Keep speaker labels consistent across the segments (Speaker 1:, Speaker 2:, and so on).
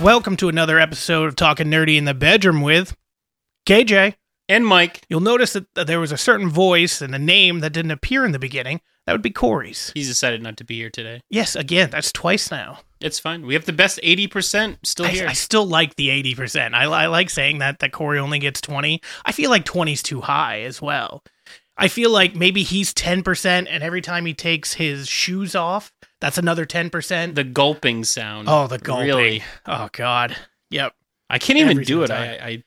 Speaker 1: Welcome to another episode of Talking Nerdy in the Bedroom with KJ.
Speaker 2: and Mike.
Speaker 1: You'll notice that that there was a certain voice and a name that didn't appear in the beginning. That would be Corey's.
Speaker 2: He's decided not to be here today.
Speaker 1: Yes, again, that's twice now.
Speaker 2: It's fine. We have the best 80% still
Speaker 1: I,
Speaker 2: Oh, here.
Speaker 1: I still like the 80%. I, I like saying that, that Corey only gets 20. I feel like 20's too high as well. I feel like maybe he's 10%, and every time he takes his shoes off, that's another 10%.
Speaker 2: the gulping sound.
Speaker 1: oh, the gulping.
Speaker 2: Really.
Speaker 1: Oh, God. Yep.
Speaker 2: I can't even
Speaker 1: Every
Speaker 2: do it.
Speaker 1: single
Speaker 2: I, I,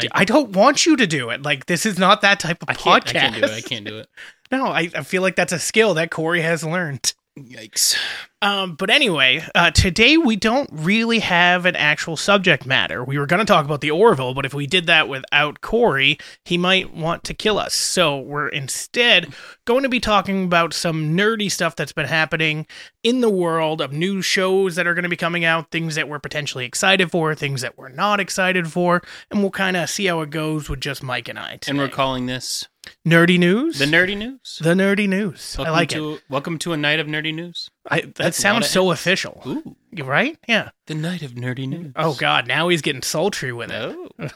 Speaker 1: D- I don't want you to do it. Like this is not that type of
Speaker 2: I, can't,
Speaker 1: podcast.
Speaker 2: I can't do it. I can't do it.
Speaker 1: No, I, I feel like that's a skill that Corey has learned.
Speaker 2: Yikes.
Speaker 1: Um, but anyway, uh, today we don't really have an actual subject matter. We were going to talk about the Orville, but if we did that without Corey, he might want to kill us. So we're instead going to be talking about some nerdy stuff that's been happening in the world of new shows that are going to be coming out, things that we're potentially excited for, things that we're not excited for, and we'll kind of see how it goes with just Mike and I. Today.
Speaker 2: And we're calling this
Speaker 1: nerdy news.
Speaker 2: the nerdy news.
Speaker 1: The nerdy news. I like it.
Speaker 2: to, Welcome to a night of nerdy news.
Speaker 1: I, that
Speaker 2: that's a lot
Speaker 1: sounds
Speaker 2: of-
Speaker 1: so official.
Speaker 2: Ooh,
Speaker 1: You right? Yeah.
Speaker 2: the night of nerdy news. Oh.
Speaker 1: Oh God, now he's getting sultry with it.
Speaker 2: No.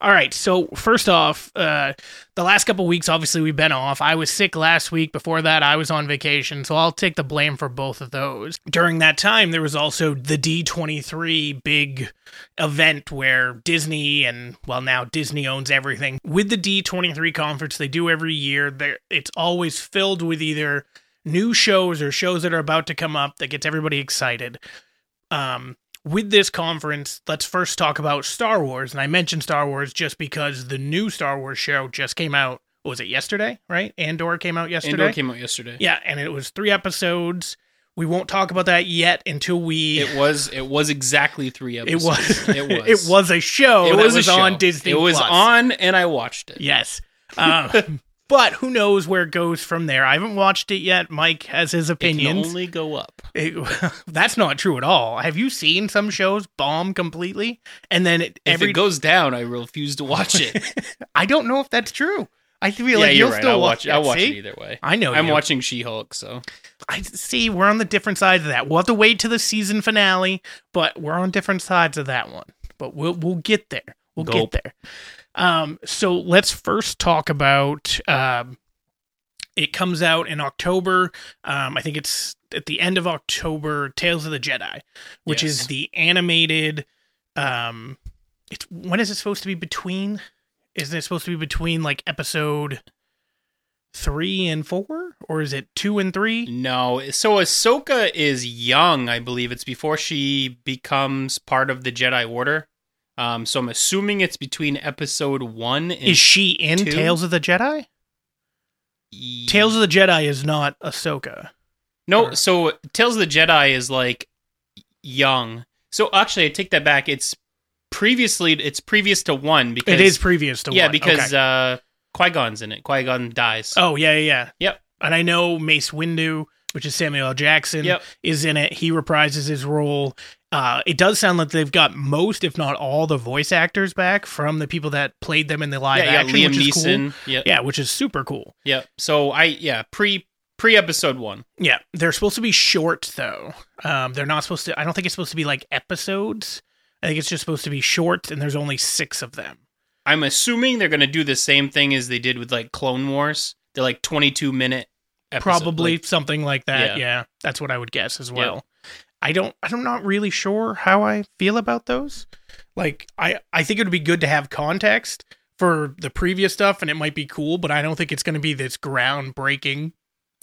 Speaker 1: All right. So first off, uh, the last couple weeks, obviously we've been off. I was sick last week. Before that, I was on vacation, so I'll take the blame for both of those. During that time, there was also the D23 big event where Disney and well now Disney owns everything. With the D23 conference they do every year, there it's always filled with either new shows or shows that are about to come up that gets everybody excited. Um with this conference, let's first talk about Star Wars, and I mentioned Star Wars just because the new Star Wars show just came out. what Was it yesterday? Right, Andor came out yesterday.
Speaker 2: Andor came out yesterday.
Speaker 1: yeah, and it was three episodes. We won't talk about that yet until we
Speaker 2: It was it was exactly three
Speaker 1: it
Speaker 2: episodes.
Speaker 1: was.
Speaker 2: It was.
Speaker 1: it was a show.
Speaker 2: It
Speaker 1: that
Speaker 2: was, a show.
Speaker 1: on Disney.
Speaker 2: It was
Speaker 1: Plus.
Speaker 2: on, and I watched it.
Speaker 1: Yes. Um, but who knows where it goes from there? I haven't watched it yet. Mike has his
Speaker 2: It can
Speaker 1: opinions.
Speaker 2: only go up.
Speaker 1: It- that's not true at all. Have you seen some shows bomb completely and then it,
Speaker 2: If
Speaker 1: every?
Speaker 2: it goes down, I refuse to watch it.
Speaker 1: I don't know if that's true. I feel
Speaker 2: yeah,
Speaker 1: like
Speaker 2: you're
Speaker 1: will
Speaker 2: right.
Speaker 1: still
Speaker 2: I'll watch it. I'll watch
Speaker 1: see?
Speaker 2: it either way.
Speaker 1: I know.
Speaker 2: I'm
Speaker 1: Oh, you.
Speaker 2: watching She-Hulk, so
Speaker 1: I see. We're on the different sides of that. We'll have to wait to the season finale, but we're on different sides of that one. But we'll we'll get there. We'll
Speaker 2: Gulp.
Speaker 1: get there. Um, so let's first talk about. Um, it comes out in October. Um, I think it's at the end of October. Tales of the Jedi, which is
Speaker 2: Yes.
Speaker 1: the animated. Um, it's when is it supposed to be between? Isn't it supposed to be between like episode three and four, or is it two and three?
Speaker 2: no. So Ahsoka is young, I believe. It's before she becomes part of the Jedi Order. Um, so I'm assuming it's between Episode One and
Speaker 1: Is she in
Speaker 2: two?
Speaker 1: Tales of the Jedi?
Speaker 2: E-
Speaker 1: Tales of the Jedi is not Ahsoka.
Speaker 2: No,
Speaker 1: or-
Speaker 2: so Tales of the Jedi is like young. So actually, I take that back. It's previously. It's previous to one because
Speaker 1: It is previous to
Speaker 2: yeah
Speaker 1: one.
Speaker 2: because
Speaker 1: Okay.
Speaker 2: uh, Qui Gon's in it. Qui Gon dies.
Speaker 1: oh yeah, yeah, yeah.
Speaker 2: Yep.
Speaker 1: And I know Mace Windu, which is Samuel L. Jackson,
Speaker 2: Yep.
Speaker 1: is in it. He reprises his role. Uh, it does sound like they've got most, if not all, the voice actors back from the people that played them in the live
Speaker 2: yeah, yeah,
Speaker 1: action,
Speaker 2: Liam
Speaker 1: which is cool.
Speaker 2: Neeson. Yeah,
Speaker 1: Yeah, which is super cool.
Speaker 2: yeah. So I yeah pre pre episode one.
Speaker 1: Yeah, they're supposed to be short though. Um, they're not supposed to. I don't think it's supposed to be like episodes. I think it's just supposed to be short, and there's only six of them.
Speaker 2: I'm assuming they're gonna do the same thing as they did with like Clone Wars. They're like 22 minute. episode-
Speaker 1: probably
Speaker 2: like-
Speaker 1: something like that. Yeah.
Speaker 2: Yeah.
Speaker 1: that's what I would guess as
Speaker 2: Yeah.
Speaker 1: well. I don't. I'm not really sure how I feel about those. Like, I I think it would be good to have context for the previous stuff, and it might be cool, but I don't think it's going to be this groundbreaking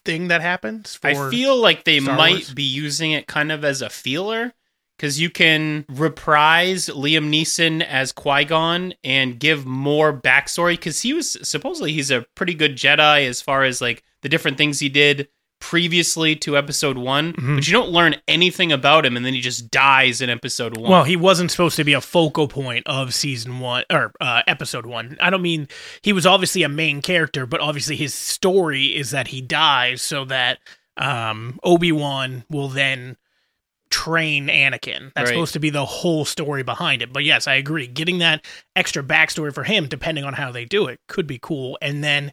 Speaker 1: thing that happens. For,
Speaker 2: I feel like they
Speaker 1: Star
Speaker 2: might
Speaker 1: Wars.
Speaker 2: be using it kind of as a feeler because you can reprise Liam Neeson as Qui Gon and give more backstory because he was supposedly he's a pretty good Jedi as far as like the different things he did previously to episode one
Speaker 1: Mhm.
Speaker 2: but you don't learn anything about him and then he just dies in episode one
Speaker 1: Well, he wasn't supposed to be a focal point of season one or uh, episode one. I don't mean he was obviously a main character, but obviously his story is that he dies so that um, Obi Wan will then train Anakin. That's
Speaker 2: Right.
Speaker 1: supposed to be the whole story behind it. But yes, I agree. Getting that extra backstory for him, depending on how they do it, could be cool. And then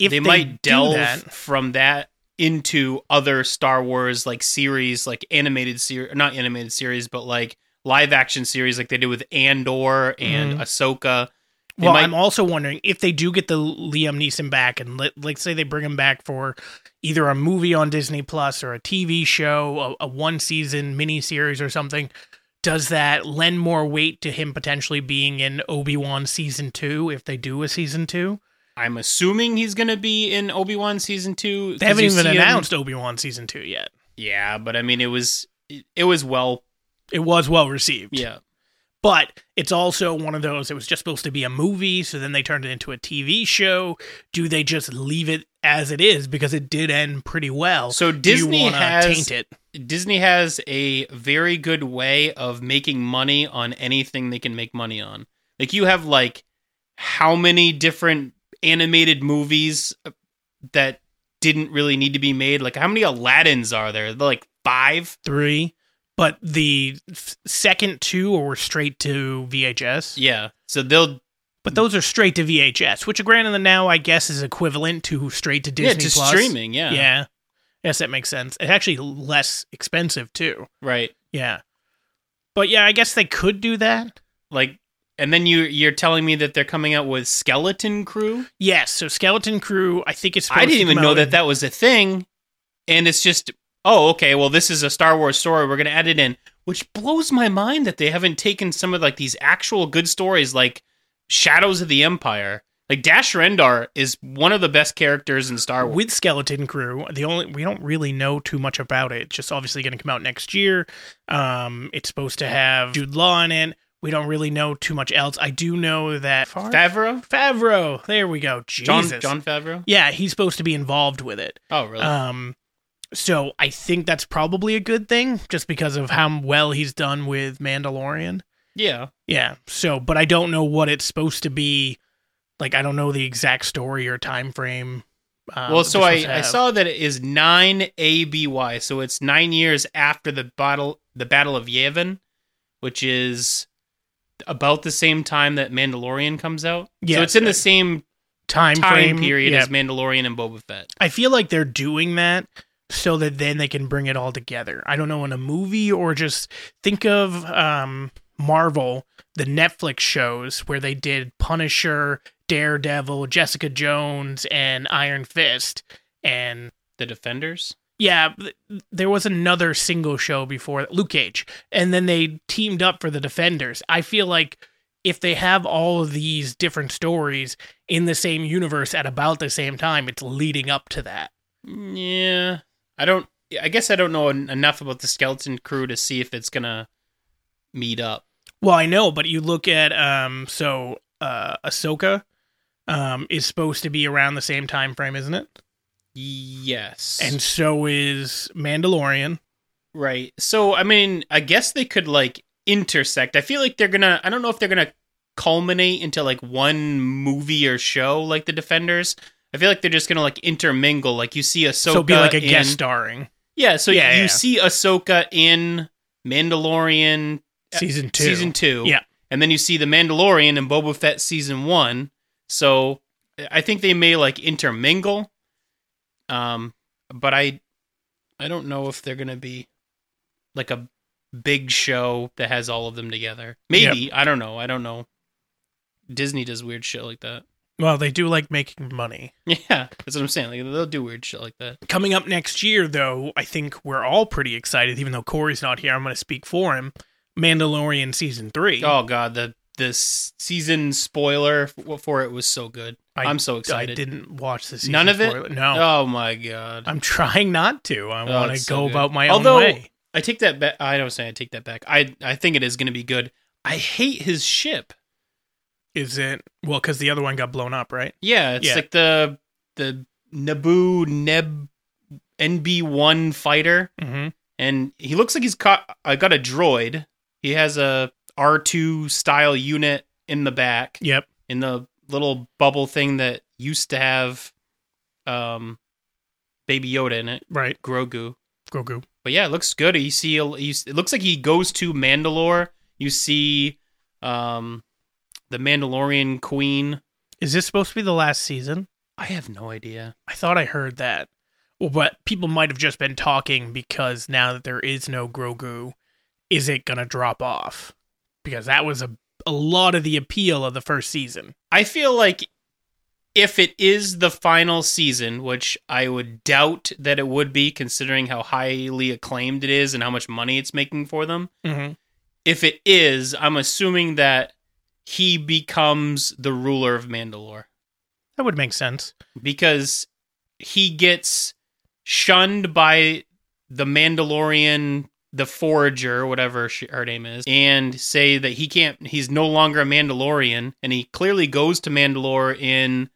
Speaker 1: if
Speaker 2: they, might
Speaker 1: do
Speaker 2: delve
Speaker 1: that,
Speaker 2: from that into other Star Wars like series, like animated series, not animated series, but like live action series like they did with Andor
Speaker 1: Mm-hmm.
Speaker 2: and Ahsoka. They
Speaker 1: Well,
Speaker 2: might-
Speaker 1: I'm also wondering if they do get the Liam Neeson back, and let, let's say they bring him back for either a movie on Disney Plus or a TV show, a, a one season miniseries or something. Does that lend more weight to him potentially being in Obi Wan season two if they do a season two?
Speaker 2: I'm assuming he's going to be in Obi Wan season two.
Speaker 1: They
Speaker 2: 'cause
Speaker 1: haven't
Speaker 2: you
Speaker 1: even
Speaker 2: see him-
Speaker 1: announced Obi Wan season two yet.
Speaker 2: Yeah, but I mean, it was it, it was well.
Speaker 1: It was well received.
Speaker 2: Yeah,
Speaker 1: But it's also one of those, it was just supposed to be a movie, so then they turned it into a TV show. Do they just leave it as it is? Because it did end pretty well.
Speaker 2: So
Speaker 1: Do you
Speaker 2: Disney
Speaker 1: wanna
Speaker 2: has-
Speaker 1: taint it.
Speaker 2: Disney has a very good way of making money on anything they can make money on. Like you have like how many different animated movies uh, that didn't really need to be made? Like how many Aladdins are there? Like five?
Speaker 1: Three. But the f- second two were straight to VHS.
Speaker 2: Yeah. So they'll
Speaker 1: But those are straight to VHS, which granted now I guess is equivalent to straight to Disney
Speaker 2: yeah, to
Speaker 1: Plus.
Speaker 2: streaming, yeah.
Speaker 1: Yeah. Yes, that makes sense. It's actually less expensive too.
Speaker 2: Right.
Speaker 1: Yeah. But yeah, I guess they could do that.
Speaker 2: Like and then you you're telling me that they're coming out with Skeleton Crew?
Speaker 1: Yes, so Skeleton Crew, I think it's.
Speaker 2: I didn't even know that that was a thing. And it's just, oh, okay, well, this is a Star Wars story. We're going to add it in, which blows my mind that they haven't taken some of like these actual good stories like Shadows of the Empire. Like Dash Rendar is one of the best characters in Star Wars.
Speaker 1: with Skeleton Crew. The only we don't really know too much about it. It's just obviously going to come out next year. Um, it's supposed to have Jude Law in it. We don't really know too much else. I do know that
Speaker 2: Favreau?
Speaker 1: Favreau. There we go.
Speaker 2: John,
Speaker 1: Jesus.
Speaker 2: John Favreau?
Speaker 1: Yeah, he's supposed to be involved with it.
Speaker 2: Oh, really?
Speaker 1: Um, so I think that's probably a good thing, just because of how well he's done with Mandalorian.
Speaker 2: yeah.
Speaker 1: Yeah. So, but I don't know what it's supposed to be. Like, I don't know the exact story or time frame. Um,
Speaker 2: well, so
Speaker 1: they're
Speaker 2: I,
Speaker 1: supposed to
Speaker 2: I
Speaker 1: have.
Speaker 2: saw that it is 9 ABY. So it's nine years after the battle, the Battle of Yavin, which is about the same time that Mandalorian comes out. so
Speaker 1: Yeah,
Speaker 2: it's in the
Speaker 1: uh,
Speaker 2: same
Speaker 1: time,
Speaker 2: time
Speaker 1: frame
Speaker 2: period
Speaker 1: Yeah.
Speaker 2: as Mandalorian and Boba Fett.
Speaker 1: I feel like they're doing that so that then they can bring it all together. I don't know in a movie or just think of um, Marvel, the Netflix shows where they did Punisher, Daredevil, Jessica Jones, and Iron Fist, and
Speaker 2: The Defenders.
Speaker 1: Yeah, th- there was another single show before Luke Cage, and then they teamed up for the Defenders. I feel like if they have all of these different stories in the same universe at about the same time, it's leading up to that.
Speaker 2: Yeah, I don't. I guess I don't know en- enough about the Skeleton Crew to see if it's gonna meet up.
Speaker 1: Well, I know, but you look at um, so uh, Ahsoka um is supposed to be around the same time frame, isn't it?
Speaker 2: Yes,
Speaker 1: And so is Mandalorian.
Speaker 2: right. So I mean, I guess they could like intersect. I feel like they're gonna. I don't know if they're gonna culminate into like one movie or show like the Defenders. I feel like they're just gonna like intermingle. Like you see Ahsoka,
Speaker 1: So, it'd be like a
Speaker 2: in-
Speaker 1: guest starring
Speaker 2: Yeah, so
Speaker 1: Yeah,
Speaker 2: you
Speaker 1: yeah.
Speaker 2: see Ahsoka in Mandalorian
Speaker 1: season two.
Speaker 2: season two.
Speaker 1: Yeah.
Speaker 2: And then you see The Mandalorian and Boba Fett season one. So I think they may like intermingle. Um, but I I don't know if they're gonna be like a big show that has all of them together. Maybe. I don't know. I don't know. Disney does weird shit like that.
Speaker 1: Well, they do like making money.
Speaker 2: Yeah, that's what I'm saying. Like they'll do weird shit like that.
Speaker 1: Coming up next year, though, I think we're all pretty excited, even though Corey's not here. I'm going to speak for him. Mandalorian season three.
Speaker 2: Oh god, the the s- season spoiler f- for it was so good.
Speaker 1: I-
Speaker 2: I'm so
Speaker 1: I
Speaker 2: excited.
Speaker 1: didn't watch the season.
Speaker 2: None of it?
Speaker 1: spoiler- No,
Speaker 2: Oh my god.
Speaker 1: I'm trying not to. I
Speaker 2: Oh,
Speaker 1: want
Speaker 2: it's
Speaker 1: to
Speaker 2: so
Speaker 1: go
Speaker 2: good.
Speaker 1: about my
Speaker 2: Although-
Speaker 1: own way.
Speaker 2: I take that back. I don't say I take that back. I I think it is going to be good. I hate his ship.
Speaker 1: Is it well because the other one got blown up, right?
Speaker 2: Yeah, it's
Speaker 1: Yeah.
Speaker 2: like the the Naboo Neb NB one fighter,
Speaker 1: Mm-hmm.
Speaker 2: and he looks like he's caught. I got a droid. He has a R two style unit in the back
Speaker 1: Yep.
Speaker 2: in the little bubble thing that used to have, um, Baby Yoda in it,
Speaker 1: Right.
Speaker 2: Grogu.
Speaker 1: Grogu.
Speaker 2: But yeah, it looks good. You see, you, s- it looks like he goes to Mandalore. You see, um, the Mandalorian queen.
Speaker 1: Is this supposed to be the last season?
Speaker 2: I have no idea.
Speaker 1: I thought I heard that. Well, but people might have just been talking because now that there is no Grogu is it going to drop off? Because that was a, a lot of the appeal of the first season.
Speaker 2: I feel like if it is the final season, which I would doubt that it would be, considering how highly acclaimed it is and how much money it's making for them,
Speaker 1: Mm-hmm.
Speaker 2: if it is, I'm assuming that he becomes the ruler of Mandalore
Speaker 1: That would make sense.
Speaker 2: because he gets shunned by the Mandalorian, the Forager, whatever she, her name is, and say that he can't. He's no longer a Mandalorian, and he clearly goes to Mandalore in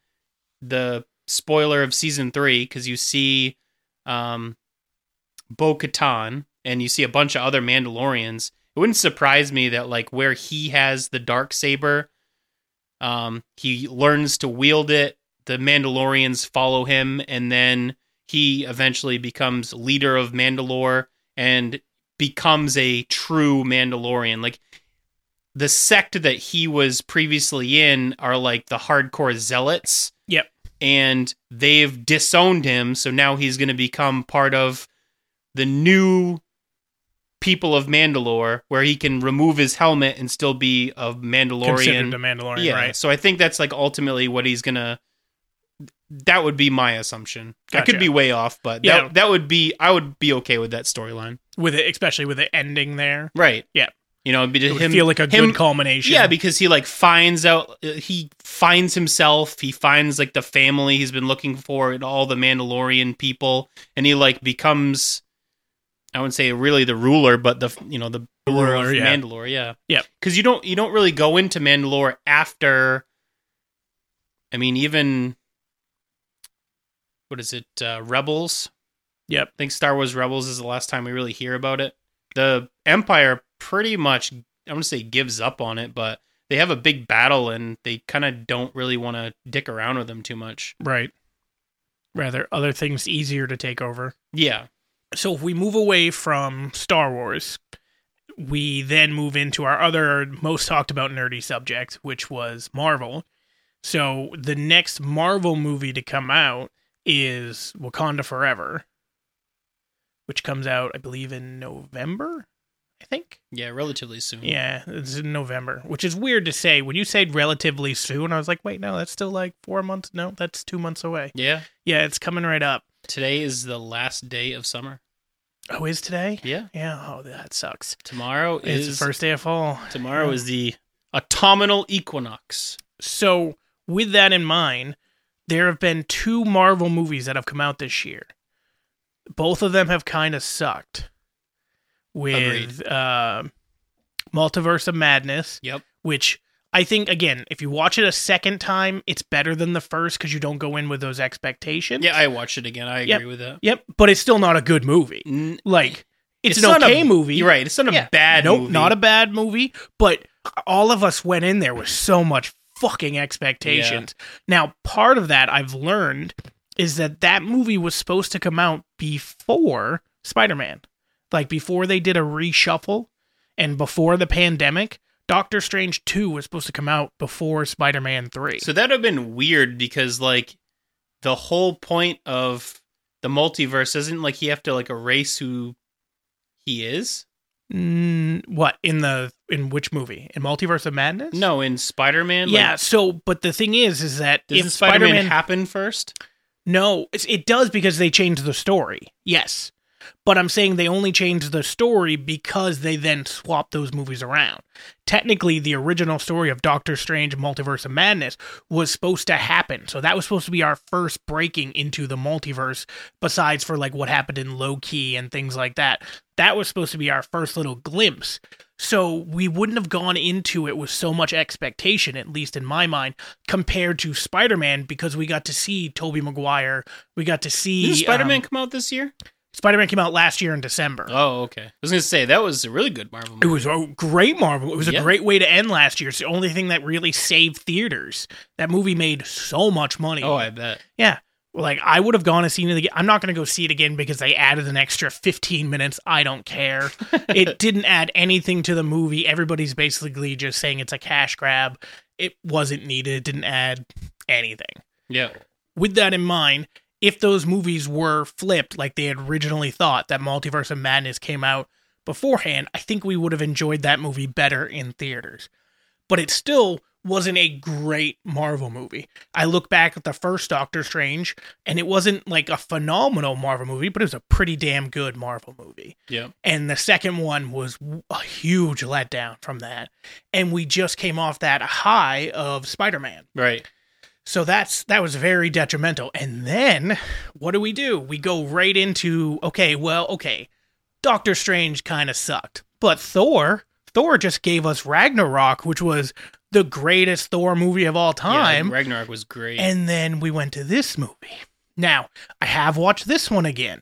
Speaker 2: the spoiler of season three because you see um, Bo Katan and you see a bunch of other Mandalorians. It wouldn't surprise me that like where he has the dark saber, um, he learns to wield it. The Mandalorians follow him, and then he eventually becomes leader of Mandalore and becomes a true Mandalorian. Like the sect that he was previously in are like the hardcore zealots.
Speaker 1: Yep.
Speaker 2: And they've disowned him, so now he's going to become part of the new people of Mandalore, where he can remove his helmet and still be a Mandalorian.
Speaker 1: Considered the Mandalorian,
Speaker 2: yeah.
Speaker 1: right?
Speaker 2: So I think that's like ultimately what he's going to. That would be my assumption. I
Speaker 1: Gotcha.
Speaker 2: could be way off, but
Speaker 1: Yeah.
Speaker 2: that, that would be I would be okay with that storyline.
Speaker 1: With it, especially with it ending there,
Speaker 2: Right.
Speaker 1: Yeah.
Speaker 2: You know, it'd be
Speaker 1: it
Speaker 2: just
Speaker 1: would
Speaker 2: him
Speaker 1: feel like a
Speaker 2: him-
Speaker 1: good culmination.
Speaker 2: Yeah, because he like finds out uh, he finds himself, he finds like the family he's been looking for and all the Mandalorian people and he like becomes I wouldn't say really the ruler, but the you know the ruler,
Speaker 1: ruler,
Speaker 2: of
Speaker 1: yeah.
Speaker 2: Mandalore, yeah.
Speaker 1: Yep.
Speaker 2: Cuz you don't you don't really go into Mandalore after I mean even what is it? Uh, Rebels?
Speaker 1: Yep.
Speaker 2: I think Star Wars Rebels is the last time we really hear about it. The Empire pretty much, I'm going to say gives up on it, but they have a big battle and they kind of don't really want to dick around with them too much.
Speaker 1: Right. Rather, other things easier to take over.
Speaker 2: Yeah.
Speaker 1: So if we move away from Star Wars, we then move into our other most talked about nerdy subject, which was Marvel. So the next Marvel movie to come out is Wakanda Forever, which comes out, I believe, in November. I think.
Speaker 2: Yeah, relatively soon.
Speaker 1: Yeah, it's in November, which is weird to say. When you said relatively soon, I was like, wait, no, that's still like four months. No, that's two months away.
Speaker 2: Yeah.
Speaker 1: Yeah, it's coming right up.
Speaker 2: Today is the last day of summer.
Speaker 1: Oh, is today?
Speaker 2: Yeah.
Speaker 1: Yeah. Oh, that sucks.
Speaker 2: Tomorrow
Speaker 1: It's
Speaker 2: is
Speaker 1: the first day of fall.
Speaker 2: tomorrow is the autumnal equinox.
Speaker 1: So, with that in mind, there have been two Marvel movies that have come out this year. Both of them have kind of sucked. With uh, Multiverse of Madness,
Speaker 2: Yep.
Speaker 1: which I think, again, if you watch it a second time, it's better than the first because you don't go in with those expectations.
Speaker 2: Yeah, I watched it again. I agree
Speaker 1: Yep.
Speaker 2: with that.
Speaker 1: yep. But it's still not a good movie.
Speaker 2: N-
Speaker 1: Like, it's,
Speaker 2: not
Speaker 1: an okay
Speaker 2: a,
Speaker 1: movie.
Speaker 2: You're right. It's not a
Speaker 1: Yeah.
Speaker 2: bad
Speaker 1: nope,
Speaker 2: movie.
Speaker 1: not a bad movie, but all of us went in there with so much fucking expectations. Now, part of that I've learned is that that movie was supposed to come out before Spider-Man. Like before they did a reshuffle and before the pandemic, Doctor Strange 2 was supposed to come out before Spider-Man 3.
Speaker 2: So that'd have been weird because like the whole point of the multiverse isn't like you have to like erase who he is.
Speaker 1: Mm, what in the in which movie? In Multiverse of Madness?
Speaker 2: No, in Spider Man,
Speaker 1: Yeah,
Speaker 2: Like,
Speaker 1: so but the thing is is that if
Speaker 2: doesn't Spider Man
Speaker 1: Spider-Man
Speaker 2: happen first?
Speaker 1: No, it's, it does because they changed the story. Yes. But I'm saying they only changed the story because they then swapped those movies around. Technically, the original story of Doctor Strange Multiverse of Madness was supposed to happen. So that was supposed to be our first breaking into the multiverse, besides for like what happened in Low Key and things like that. That was supposed to be our first little glimpse. So we wouldn't have gone into it with so much expectation, at least in my mind, compared to Spider Man, because we got to see Tobey Maguire. We got to see
Speaker 2: Did Spider Man
Speaker 1: um,
Speaker 2: come out this year?
Speaker 1: Spider-Man came out last year in December.
Speaker 2: Oh, okay. I was gonna say that was a really good Marvel
Speaker 1: It
Speaker 2: movie.
Speaker 1: was a great Marvel. It was
Speaker 2: Yeah.
Speaker 1: a great way to end last year. It's the only thing that really saved theaters. That movie made so much money.
Speaker 2: Oh, I bet.
Speaker 1: yeah. Like I would have gone and seen it again. I'm not going to go see it again because they added an extra 15 minutes. I don't care. it didn't add anything to the movie. Everybody's basically just saying it's a cash grab. It wasn't needed. It didn't add anything
Speaker 2: Yeah.
Speaker 1: with that in mind, if those movies were flipped like they had originally thought, that Multiverse of Madness came out beforehand, I think we would have enjoyed that movie better in theaters. But it still wasn't a great Marvel movie. I look back at the first Doctor Strange, and it wasn't like a phenomenal Marvel movie, but it was a pretty damn good Marvel movie.
Speaker 2: Yeah.
Speaker 1: And the second one was w- a huge letdown from that. And we just came off that high of Spider Man.
Speaker 2: Right.
Speaker 1: So that's that was very detrimental. And then what do we do? We go right into okay, well, okay. Doctor Strange kind of sucked. But Thor, Thor just gave us Ragnarok, which was the greatest Thor movie of all time.
Speaker 2: Yeah, Ragnarok was great.
Speaker 1: And then we went to this movie. Now, I have watched this one again.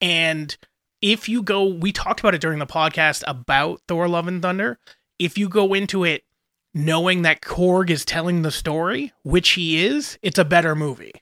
Speaker 1: And if you go, we talked about it during the podcast about Thor Love and Thunder. If you go into it knowing that Korg is telling the story, which he is, it's a better movie.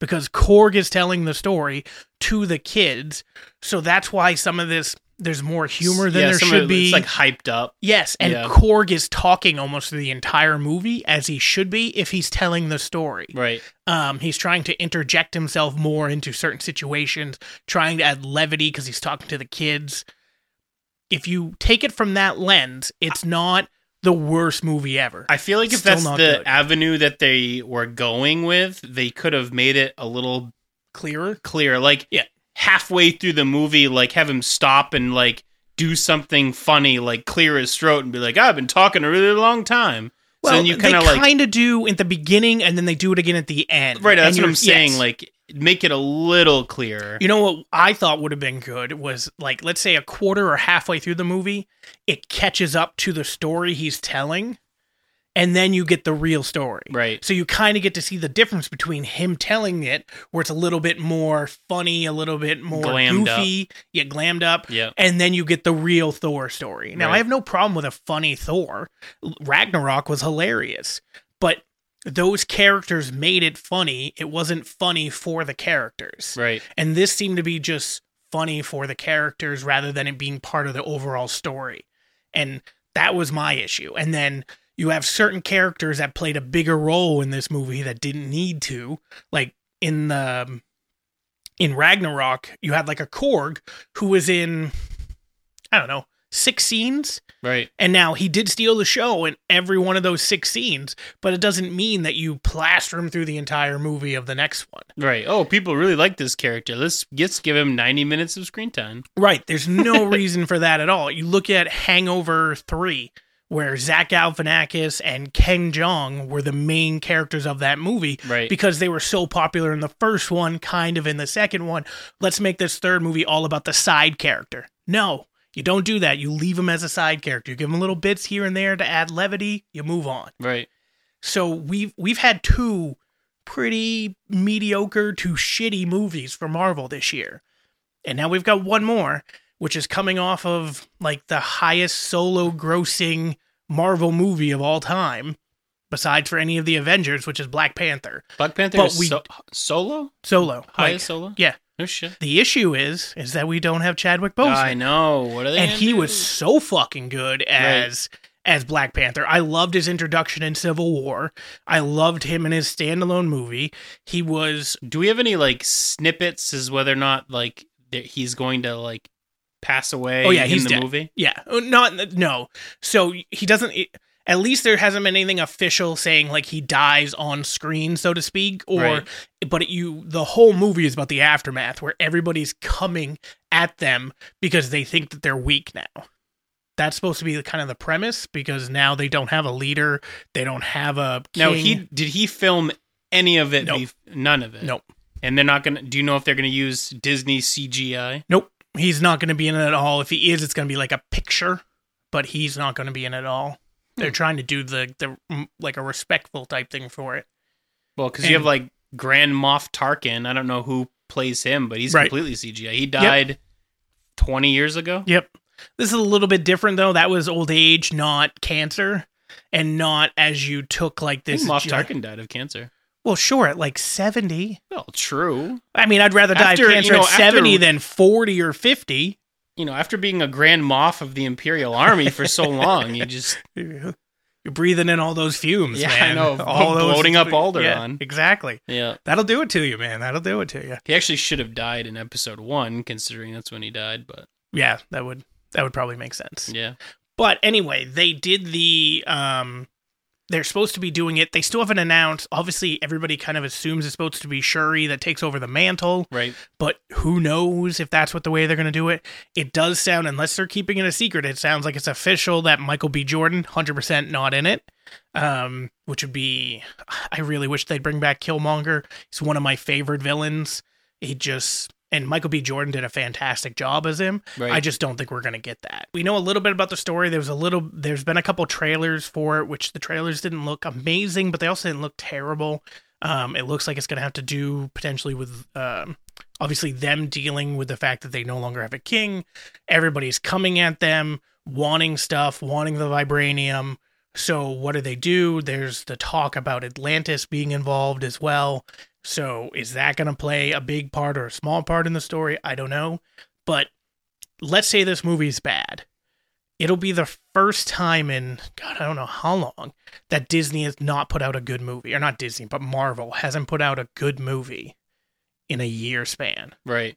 Speaker 1: Because Korg is telling the story to the kids. So that's why some of this, there's more humor than
Speaker 2: Yeah,
Speaker 1: there
Speaker 2: some of
Speaker 1: should
Speaker 2: it-
Speaker 1: be.
Speaker 2: It's like hyped up.
Speaker 1: Yes, and
Speaker 2: Yeah.
Speaker 1: Korg is talking almost the entire movie as he should be if he's telling the story.
Speaker 2: Right.
Speaker 1: Um, he's trying to interject himself more into certain situations, trying to add levity because he's talking to the kids. If you take it from that lens, it's not the worst movie ever.
Speaker 2: I feel like if
Speaker 1: Still
Speaker 2: that's the
Speaker 1: not good.
Speaker 2: avenue that they were going with, they could have made it a little
Speaker 1: Clearer?
Speaker 2: clear. Like
Speaker 1: Yeah.
Speaker 2: halfway through the movie, like have him stop and like do something funny, like clear his throat and be like, I've been talking a really long time.
Speaker 1: Well,
Speaker 2: so then you kind of
Speaker 1: they
Speaker 2: like
Speaker 1: kind of do at the beginning, and then they do it again at the end.
Speaker 2: right.
Speaker 1: And
Speaker 2: That's what
Speaker 1: you're-
Speaker 2: I'm saying.
Speaker 1: yes.
Speaker 2: Like make it a little clearer.
Speaker 1: You know what I thought would have been good was like let's say a quarter or halfway through the movie, it catches up to the story he's telling, and then you get the real story.
Speaker 2: Right.
Speaker 1: So you kind of get to see the difference between him telling it, where it's a little bit more funny, a little bit more
Speaker 2: Glammed
Speaker 1: goofy, yeah, glammed up,
Speaker 2: Yeah.
Speaker 1: and then you get the real Thor story. Now,
Speaker 2: Right.
Speaker 1: I have no problem with a funny Thor. L- Ragnarok was hilarious, but those characters made it funny. It wasn't funny for the characters.
Speaker 2: Right.
Speaker 1: And this seemed to be just funny for the characters rather than it being part of the overall story. And that was my issue. And then you have certain characters that played a bigger role in this movie that didn't need to, like in the in Ragnarok, you had like a Korg who was in I don't know, six scenes
Speaker 2: Right.
Speaker 1: and now he did steal the show in every one of those six scenes, but it doesn't mean that you plaster him through the entire movie of the next one.
Speaker 2: Right. Oh, people really like this character. Let's just give him 90 minutes of screen time.
Speaker 1: Right. There's no reason for that at all. You look at Hangover 3, where Zach Galifianakis and Ken Jeong were the main characters of that movie
Speaker 2: Right.
Speaker 1: because they were so popular in the first one, kind of in the second one. Let's make this third movie all about the side character. No, you don't do that. You leave him as a side character. You give him little bits here and there to add levity. You move on.
Speaker 2: right.
Speaker 1: So we've we've had two pretty mediocre to shitty movies for Marvel this year. And now we've got one more, which is coming off of like the highest solo grossing Marvel movie of all time, besides for any of the Avengers, which is Black Panther.
Speaker 2: Black Panther
Speaker 1: But
Speaker 2: is
Speaker 1: we-
Speaker 2: so- solo?
Speaker 1: Solo.
Speaker 2: Highest
Speaker 1: Like,
Speaker 2: solo?
Speaker 1: yeah.
Speaker 2: No shit.
Speaker 1: the issue is is that we don't have Chadwick Boseman.
Speaker 2: I know. What are they?
Speaker 1: and
Speaker 2: gonna
Speaker 1: he
Speaker 2: do?
Speaker 1: was so fucking good as as Black Panther. I loved his introduction in Civil War. I loved him in his standalone movie. He was
Speaker 2: Do we have any like snippets as whether or not like that he's going to like pass away?
Speaker 1: Oh, yeah,
Speaker 2: in
Speaker 1: he's
Speaker 2: the
Speaker 1: dead.
Speaker 2: movie.
Speaker 1: yeah, uh, not no. So he doesn't at least there hasn't been anything official saying like he dies on screen so to speak or
Speaker 2: Right.
Speaker 1: but you the whole movie is about the aftermath where everybody's coming at them because they think that they're weak now. That's supposed to be the kind of the premise because now they don't have a leader, they don't have a king.
Speaker 2: Now he did he film any of it?
Speaker 1: Nope.
Speaker 2: bef- none of it.
Speaker 1: Nope.
Speaker 2: And they're not gonna. Do you know if they're gonna use Disney CGI?
Speaker 1: Nope. He's not going to be in it at all. If he is, it's going to be like a picture, but he's not going to be in it at all.
Speaker 2: Hmm.
Speaker 1: They're trying to do the, the mm, like a respectful type thing for it.
Speaker 2: Well, because you
Speaker 1: And-
Speaker 2: have like Grand Moff Tarkin. I don't know who plays him, but he's
Speaker 1: Right.
Speaker 2: completely CGI. He died twenty years ago.
Speaker 1: Yep. This is a little bit different though. That was old age, not cancer, and not as you took like
Speaker 2: I think
Speaker 1: this.
Speaker 2: Moff
Speaker 1: you're like-
Speaker 2: Tarkin died of cancer.
Speaker 1: Well, sure, at like seventy.
Speaker 2: Well, true.
Speaker 1: I mean, I'd rather die
Speaker 2: After,
Speaker 1: of
Speaker 2: you
Speaker 1: cancer
Speaker 2: know,
Speaker 1: at seventy
Speaker 2: after-
Speaker 1: than forty or fifty.
Speaker 2: You know, after being a Grand Moff of the Imperial Army for so long, you just
Speaker 1: You're breathing in all those fumes,
Speaker 2: Yeah, I
Speaker 1: man.
Speaker 2: know.
Speaker 1: All those,
Speaker 2: Bloating up
Speaker 1: Yeah,
Speaker 2: Alderaan.
Speaker 1: exactly.
Speaker 2: yeah.
Speaker 1: That'll do it to you, man. That'll do it to you.
Speaker 2: He actually should have died in episode one, considering that's when he died. But
Speaker 1: Yeah, that would That would probably make sense.
Speaker 2: Yeah.
Speaker 1: But anyway, they did the um they're supposed to be doing it. They still haven't announced. Obviously, everybody kind of assumes it's supposed to be Shuri that takes over the mantle,
Speaker 2: Right.
Speaker 1: but who knows if that's what the way they're going to do it. It does sound unless they're keeping it a secret, it sounds like it's official that Michael B Jordan 100% not in it. Um which would be I really wish they'd bring back Killmonger. He's one of my favorite villains. He just and Michael B Jordan did a fantastic job as him.
Speaker 2: Right.
Speaker 1: I just don't think we're gonna get that. We know a little bit about the story. There was a little. There's been a couple trailers for it, which the trailers didn't look amazing, but they also didn't look terrible. Um, it looks like it's gonna have to do potentially with um, obviously them dealing with the fact that they no longer have a king. Everybody's coming at them, wanting stuff, wanting the vibranium. So what do they do? There's the talk about Atlantis being involved as well. So is that going to play a big part or a small part in the story? I don't know. But let's say this movie's bad. It'll be the first time in God, I don't know how long that Disney has not put out a good movie, or not Disney, but Marvel hasn't put out a good movie in a year span
Speaker 2: right.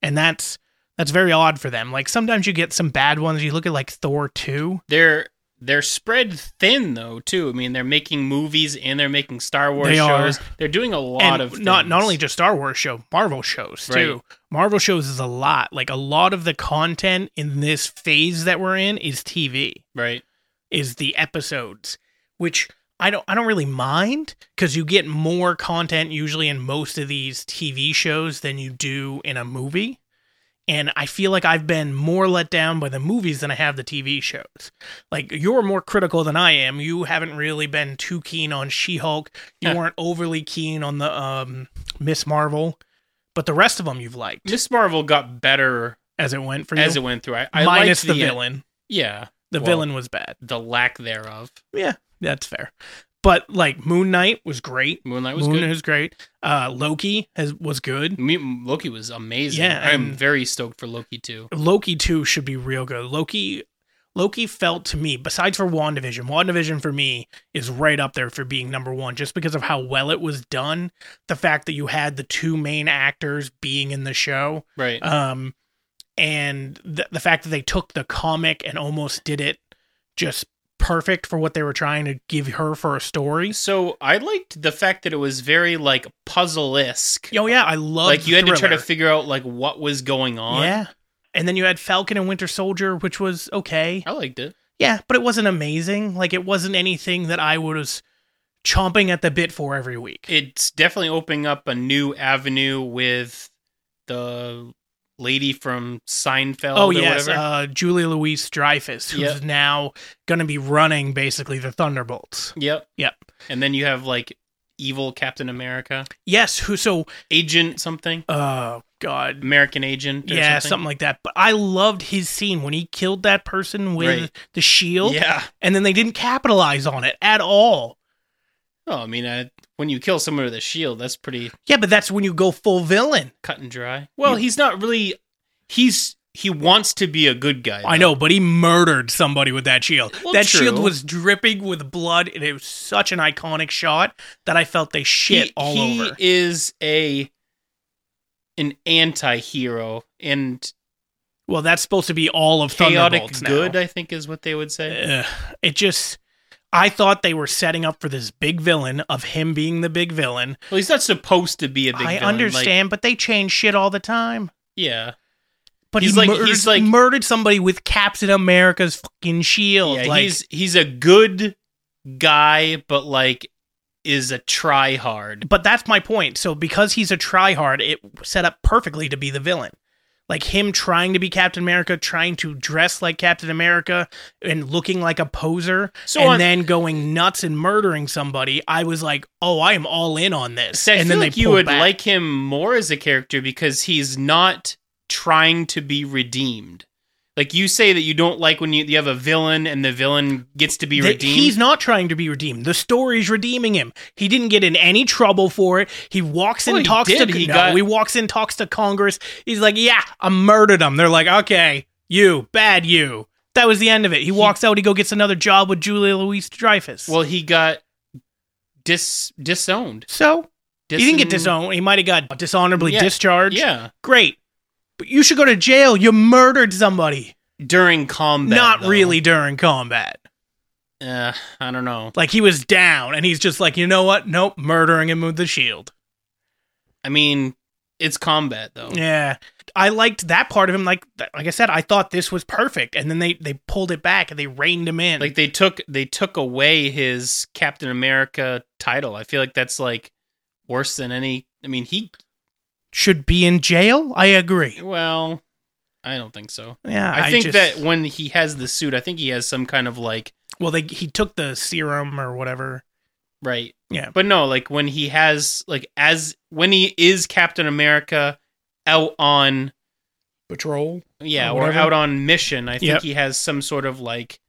Speaker 1: and that's that's very odd for them. Like sometimes you get some bad ones. You look at like Thor two.
Speaker 2: They're they're spread thin though too. I mean, they're making movies and they're making Star Wars
Speaker 1: They are.
Speaker 2: shows. They're doing a lot
Speaker 1: and
Speaker 2: of
Speaker 1: not not
Speaker 2: things.
Speaker 1: only just Star Wars show, Marvel shows too. Marvel shows is a lot. Like a lot of the content in this phase that we're in is TV,
Speaker 2: right.
Speaker 1: is the episodes, which I don't I don't really mind because you get more content usually in most of these TV shows than you do in a movie. And I feel like I've been more let down by the movies than I have the TV shows. Like you're more critical than I am. You haven't really been too keen on She-Hulk. You
Speaker 2: Huh.
Speaker 1: weren't overly keen on the um Miss Marvel, but the rest of them you've liked
Speaker 2: Miss Marvel got better
Speaker 1: as it went for you.
Speaker 2: as it went through. I, I
Speaker 1: minus
Speaker 2: liked uh,
Speaker 1: the, villain.
Speaker 2: Yeah,
Speaker 1: The
Speaker 2: Well,
Speaker 1: villain was bad.
Speaker 2: the lack thereof.
Speaker 1: Yeah, that's fair. But like Moon Knight was great.
Speaker 2: Moonlight was
Speaker 1: Moon
Speaker 2: good.
Speaker 1: was great. Uh, Loki has was good.
Speaker 2: Me- Loki was amazing.
Speaker 1: Yeah,
Speaker 2: I'm
Speaker 1: and-
Speaker 2: very stoked for Loki too.
Speaker 1: Loki too should be real good. Loki Loki felt to me, besides for WandaVision, WandaVision for me is right up there for being number one just because of how well it was done. The fact that you had the two main actors being in the show.
Speaker 2: Right.
Speaker 1: um and the, the fact that they took the comic and almost did it just perfect for what they were trying to give her for a story
Speaker 2: so I liked the fact that it was very like puzzle esque.
Speaker 1: oh yeah i love
Speaker 2: Like you had to try to
Speaker 1: Thriller.
Speaker 2: figure out like what was going on.
Speaker 1: yeah and then you had falcon and winter soldier which was okay
Speaker 2: I liked it.
Speaker 1: yeah but it wasn't amazing like it wasn't anything that i was chomping at the bit for every week
Speaker 2: It's definitely opening up a new avenue with the lady from Seinfeld.
Speaker 1: Oh
Speaker 2: or
Speaker 1: yes,
Speaker 2: whatever.
Speaker 1: uh, Julia Louise Dreyfus, who's
Speaker 2: Yep.
Speaker 1: now going to be running basically the Thunderbolts.
Speaker 2: yep.
Speaker 1: yep.
Speaker 2: And then you have like evil Captain America,
Speaker 1: Yes, who? So,
Speaker 2: agent something,
Speaker 1: oh god,
Speaker 2: American agent. Or
Speaker 1: yeah, something.
Speaker 2: something.
Speaker 1: like that. But I loved his scene when he killed that person with
Speaker 2: Right.
Speaker 1: the shield,
Speaker 2: Yeah.
Speaker 1: and then they didn't capitalize on it at all.
Speaker 2: Oh, I mean, I, when you kill someone with a shield, that's pretty
Speaker 1: Yeah, but that's when you go full villain.
Speaker 2: cut and dry. Well, he's not really. He's he wants to be a good guy.
Speaker 1: I know, but he murdered somebody with that shield.
Speaker 2: Well,
Speaker 1: that
Speaker 2: true.
Speaker 1: shield was dripping with blood, and it was such an iconic shot that I felt they shit
Speaker 2: He,
Speaker 1: all
Speaker 2: he
Speaker 1: over.
Speaker 2: is a an anti-hero and
Speaker 1: Well, that's supposed to be all of
Speaker 2: chaotic
Speaker 1: Thunderbolts now.
Speaker 2: good. I think is what they would say.
Speaker 1: Ugh, it just. I thought they were setting up for this big villain of him being the big villain.
Speaker 2: Well, he's not supposed to be a big.
Speaker 1: I
Speaker 2: villain, like-
Speaker 1: understand, but they change shit all the time.
Speaker 2: yeah,
Speaker 1: But
Speaker 2: He's
Speaker 1: he
Speaker 2: like-
Speaker 1: murdered,
Speaker 2: he's like-
Speaker 1: murdered somebody with Captain America's fucking shield.
Speaker 2: yeah.
Speaker 1: like,
Speaker 2: he's he's a good guy, but like is a try hard.
Speaker 1: but that's my point. So because he's a tryhard, it set up perfectly to be the villain. Like him trying to be Captain America, trying to dress like Captain America and looking like a poser,
Speaker 2: So
Speaker 1: and
Speaker 2: on-
Speaker 1: then going nuts and murdering somebody. I was like, oh, I am all in on this.
Speaker 2: So I
Speaker 1: and
Speaker 2: feel
Speaker 1: then
Speaker 2: like
Speaker 1: they
Speaker 2: you
Speaker 1: pulled
Speaker 2: would
Speaker 1: back.
Speaker 2: like him more as a character because he's not trying to be redeemed. Like you say that you don't like when you, you have a villain and the villain gets to be
Speaker 1: that
Speaker 2: redeemed.
Speaker 1: He's not trying to be redeemed. The story's redeeming him. He didn't get in any trouble for it. He walks in,
Speaker 2: Well, he
Speaker 1: talks
Speaker 2: did.
Speaker 1: to
Speaker 2: He
Speaker 1: no,
Speaker 2: got-
Speaker 1: he walks in, talks to Congress. He's like, "Yeah, I murdered him." They're like, "Okay, you bad you." That was the end of it. He, walks out. He go gets another job with Julia Louise Dreyfus.
Speaker 2: well, he got dis disowned.
Speaker 1: so he didn't get
Speaker 2: Disin-
Speaker 1: disowned. He might have got dishonorably
Speaker 2: Yeah.
Speaker 1: discharged.
Speaker 2: Yeah,
Speaker 1: great. But you should go to jail. You murdered somebody.
Speaker 2: during combat.
Speaker 1: Not
Speaker 2: though.
Speaker 1: really during combat.
Speaker 2: Uh, I don't know.
Speaker 1: Like he was down, and he's just like, you know what? Nope, murdering him with the shield.
Speaker 2: I mean, it's combat though.
Speaker 1: Yeah, I liked that part of him. Like, like I said, I thought this was perfect, and then they they pulled it back and they reined him in.
Speaker 2: Like they took they took away his Captain America title. I feel like that's like worse than any. I mean, he
Speaker 1: should be in jail. I agree.
Speaker 2: well, I don't think so.
Speaker 1: Yeah,
Speaker 2: I, think
Speaker 1: just-
Speaker 2: that when he has the suit, I think he has some kind of like
Speaker 1: Well, they he took the serum or whatever.
Speaker 2: right.
Speaker 1: Yeah.
Speaker 2: But no, like when he has like as when he is Captain America out on
Speaker 1: Patrol
Speaker 2: yeah
Speaker 1: Or
Speaker 2: or,
Speaker 1: whatever.
Speaker 2: out on mission, I think
Speaker 1: Yep.
Speaker 2: he has some sort of like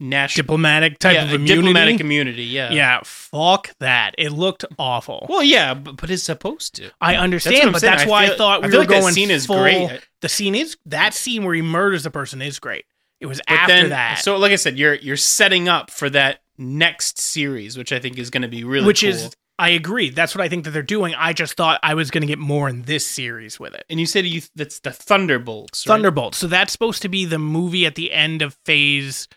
Speaker 2: national
Speaker 1: diplomatic type
Speaker 2: yeah,
Speaker 1: of immunity.
Speaker 2: diplomatic immunity. Yeah.
Speaker 1: yeah, fuck that. It looked awful.
Speaker 2: Well, yeah, but, but it's supposed to.
Speaker 1: I understand,
Speaker 2: what I'm
Speaker 1: but
Speaker 2: saying.
Speaker 1: that's
Speaker 2: I
Speaker 1: why I
Speaker 2: feel-
Speaker 1: thought we
Speaker 2: I feel
Speaker 1: were
Speaker 2: like that
Speaker 1: going
Speaker 2: scene is
Speaker 1: full-
Speaker 2: great.
Speaker 1: The scene is that scene where he murders the person is great. It was
Speaker 2: But
Speaker 1: after
Speaker 2: then-
Speaker 1: that,
Speaker 2: So, like I said, you're you're setting up for that next series, which I think is going to be really
Speaker 1: which
Speaker 2: cool.
Speaker 1: is I agree. That's what I think that they're doing. I just thought I was going to get more in this series with it.
Speaker 2: and you said you that's the Thunderbolts. right?
Speaker 1: Thunderbolt. So that's supposed to be the movie at the end of Phase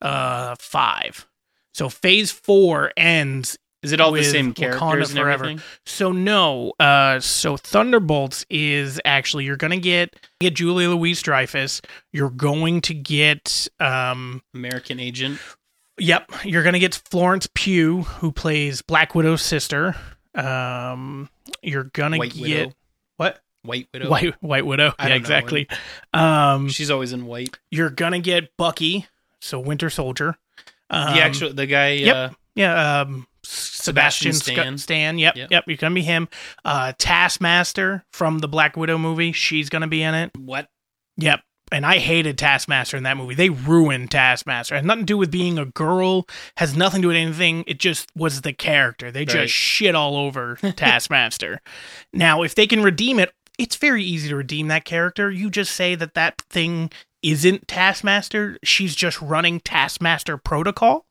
Speaker 1: uh, Five. So Phase Four ends.
Speaker 2: Is it all the
Speaker 1: with
Speaker 2: same
Speaker 1: Wakanda
Speaker 2: characters and
Speaker 1: Forever.
Speaker 2: everything?
Speaker 1: So no. Uh, so Thunderbolts is actually you're going to get get Julia Louise Dreyfus. You're going to get um,
Speaker 2: American Agent.
Speaker 1: Yep, you're gonna get Florence Pugh, who plays Black Widow's sister. Um, you're gonna
Speaker 2: White
Speaker 1: get
Speaker 2: Widow.
Speaker 1: what
Speaker 2: White Widow.
Speaker 1: White White Widow?
Speaker 2: I
Speaker 1: yeah,
Speaker 2: don't know.
Speaker 1: exactly. Um,
Speaker 2: She's always in white.
Speaker 1: you're gonna get Bucky, so Winter Soldier. Um,
Speaker 2: the actual the guy.
Speaker 1: yep.
Speaker 2: Uh,
Speaker 1: yeah, um, Sebastian,
Speaker 2: Sebastian
Speaker 1: Stan.
Speaker 2: Stan.
Speaker 1: Stan. Yep,
Speaker 2: Yep.
Speaker 1: yep, You're gonna be him. Uh, Taskmaster from the Black Widow movie. She's gonna be in it.
Speaker 2: what?
Speaker 1: Yep. And I hated Taskmaster in that movie. They ruined Taskmaster. It had nothing to do with being a girl, has nothing to do with anything. It just was the character. They
Speaker 2: Right.
Speaker 1: just shit all over Taskmaster. Now, if they can redeem it, it's very easy to redeem that character. You just say that that thing isn't Taskmaster. She's just running Taskmaster protocol.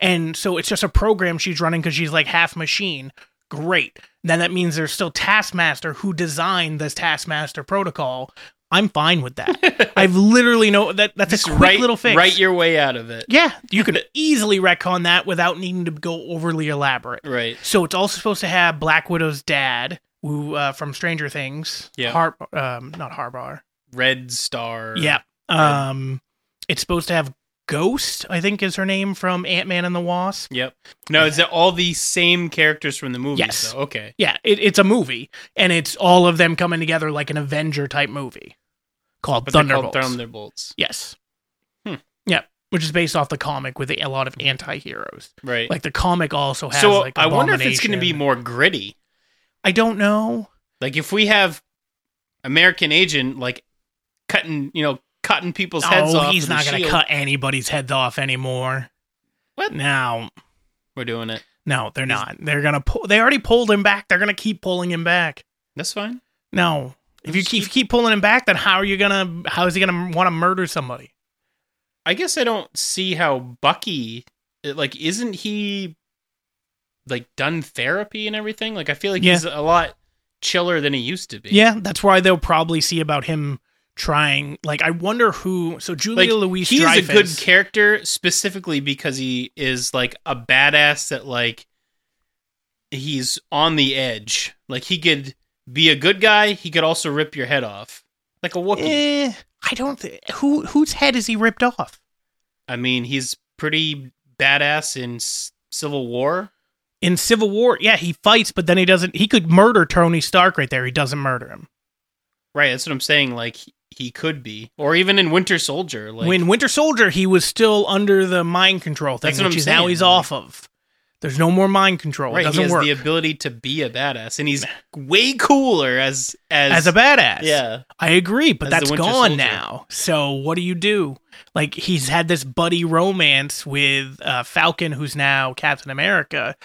Speaker 1: And so it's just a program she's running because she's like half machine. Great. Then that means there's still Taskmaster who designed this Taskmaster protocol. I'm fine with that. I've literally no that that's a quick
Speaker 2: right,
Speaker 1: little fix.
Speaker 2: Right your way out of it.
Speaker 1: yeah, you can easily retcon that without needing to go overly elaborate.
Speaker 2: Right.
Speaker 1: So it's also supposed to have Black Widow's dad, who uh, from Stranger Things.
Speaker 2: Yeah.
Speaker 1: Har- um, not Harbar.
Speaker 2: Red Star.
Speaker 1: Yeah. Um, it's supposed to have Ghost. I think is her name from Ant Man and the Wasp.
Speaker 2: Yep. No, is it all the same characters from the movies?
Speaker 1: Yes.
Speaker 2: though? Okay.
Speaker 1: Yeah, it, it's a movie, and it's all of them coming together like an Avenger type movie called
Speaker 2: But they're called
Speaker 1: Thunderbolts.
Speaker 2: Thunderbolts.
Speaker 1: yes.
Speaker 2: Hmm.
Speaker 1: Yeah, which is based off the comic with a lot of anti-heroes.
Speaker 2: Right.
Speaker 1: Like the comic also has.
Speaker 2: so
Speaker 1: like,
Speaker 2: I wonder if it's going to be
Speaker 1: Abomination.
Speaker 2: more gritty.
Speaker 1: I don't know.
Speaker 2: Like if we have American Agent like cutting, you know, cutting people's heads
Speaker 1: oh,
Speaker 2: off.
Speaker 1: he's
Speaker 2: with a
Speaker 1: not going to
Speaker 2: shield,
Speaker 1: cut anybody's heads off anymore.
Speaker 2: What?
Speaker 1: Now,
Speaker 2: We're doing it.
Speaker 1: no, they're not. They're going to pull. They already pulled him back. They're going to keep pulling him back.
Speaker 2: That's fine.
Speaker 1: No. If you
Speaker 2: Just
Speaker 1: keep
Speaker 2: keep-
Speaker 1: keep pulling him back, then how are you gonna? How is he gonna want to murder somebody?
Speaker 2: I guess I don't see how Bucky it- like isn't he like done therapy and everything? Like I feel like
Speaker 1: Yeah.
Speaker 2: he's a lot chiller than he used to be.
Speaker 1: Yeah, that's why they'll probably see about him trying. Like, I wonder who. So
Speaker 2: Like
Speaker 1: Julia Louise
Speaker 2: he's a
Speaker 1: Dreyfus.
Speaker 2: good character specifically because he is like a badass that like he's on the edge. Like he could be a good guy, he could also rip your head off. Like a Wookiee.
Speaker 1: Eh, I don't. Th- who whose head is he ripped off?
Speaker 2: I mean, he's pretty badass in S- Civil War.
Speaker 1: In Civil War, yeah, he fights, but then he doesn't. He could murder Tony Stark right there. He doesn't murder him.
Speaker 2: Right, that's what I'm saying. Like he- he could be, or even in Winter Soldier. Like
Speaker 1: when Winter Soldier, he was still under the mind control thing,
Speaker 2: That's what
Speaker 1: which
Speaker 2: I'm
Speaker 1: is now
Speaker 2: saying,
Speaker 1: he's
Speaker 2: like-
Speaker 1: off of. There's no more mind control. it
Speaker 2: right, he
Speaker 1: doesn't
Speaker 2: has
Speaker 1: work
Speaker 2: the ability to be a badass, and he's way cooler as as,
Speaker 1: as a badass.
Speaker 2: yeah.
Speaker 1: I agree, but
Speaker 2: As the
Speaker 1: that's
Speaker 2: Winter
Speaker 1: gone
Speaker 2: Soldier.
Speaker 1: now. So what do you do? Like he's had this buddy romance with uh, Falcon, who's now Captain America.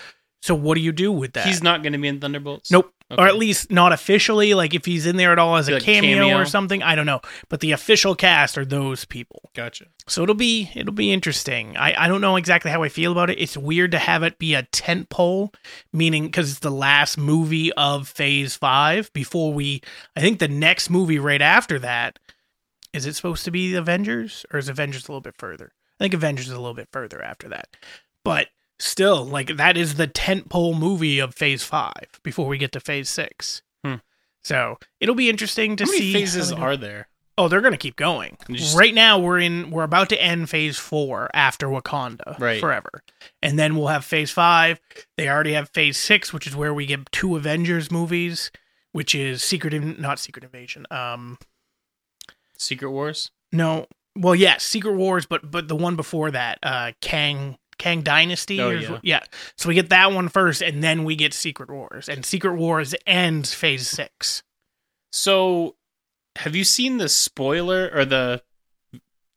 Speaker 1: So what do you do with that?
Speaker 2: He's not going to be in Thunderbolts.
Speaker 1: nope, or
Speaker 2: Okay.
Speaker 1: at least not officially. Like if he's in there at all as
Speaker 2: Be
Speaker 1: a
Speaker 2: like
Speaker 1: cameo,
Speaker 2: cameo.
Speaker 1: or something, I don't know. But the official cast are those people.
Speaker 2: Gotcha.
Speaker 1: So it'll be it'll be interesting. I, I don't know exactly how I feel about it. It's weird to have it be a tent pole, meaning because it's the last movie of Phase Five before we. I think the next movie right after that Is it supposed to be Avengers or is Avengers a little bit further? I think Avengers is a little bit further after that. But still, like that is the tentpole movie of Phase Five before we get to Phase Six.
Speaker 2: Hmm.
Speaker 1: So it'll be interesting to
Speaker 2: How many
Speaker 1: see how
Speaker 2: phases
Speaker 1: they do-
Speaker 2: are there?
Speaker 1: Oh, they're gonna keep going.
Speaker 2: You just-
Speaker 1: Right now, we're in. We're about to end Phase Four after Wakanda
Speaker 2: Right.
Speaker 1: forever, and then we'll have Phase Five. They already have Phase Six, which is where we get two Avengers movies, which is Secret, in- not Secret Invasion. Um,
Speaker 2: Secret Wars?
Speaker 1: no, well, yes, Secret Wars, but but the one before that, uh, Kang. Kang Dynasty,
Speaker 2: Oh,
Speaker 1: or-
Speaker 2: yeah.
Speaker 1: So we get that one first, and then we get Secret Wars, and Secret Wars ends Phase Six.
Speaker 2: So, have you seen the spoiler or the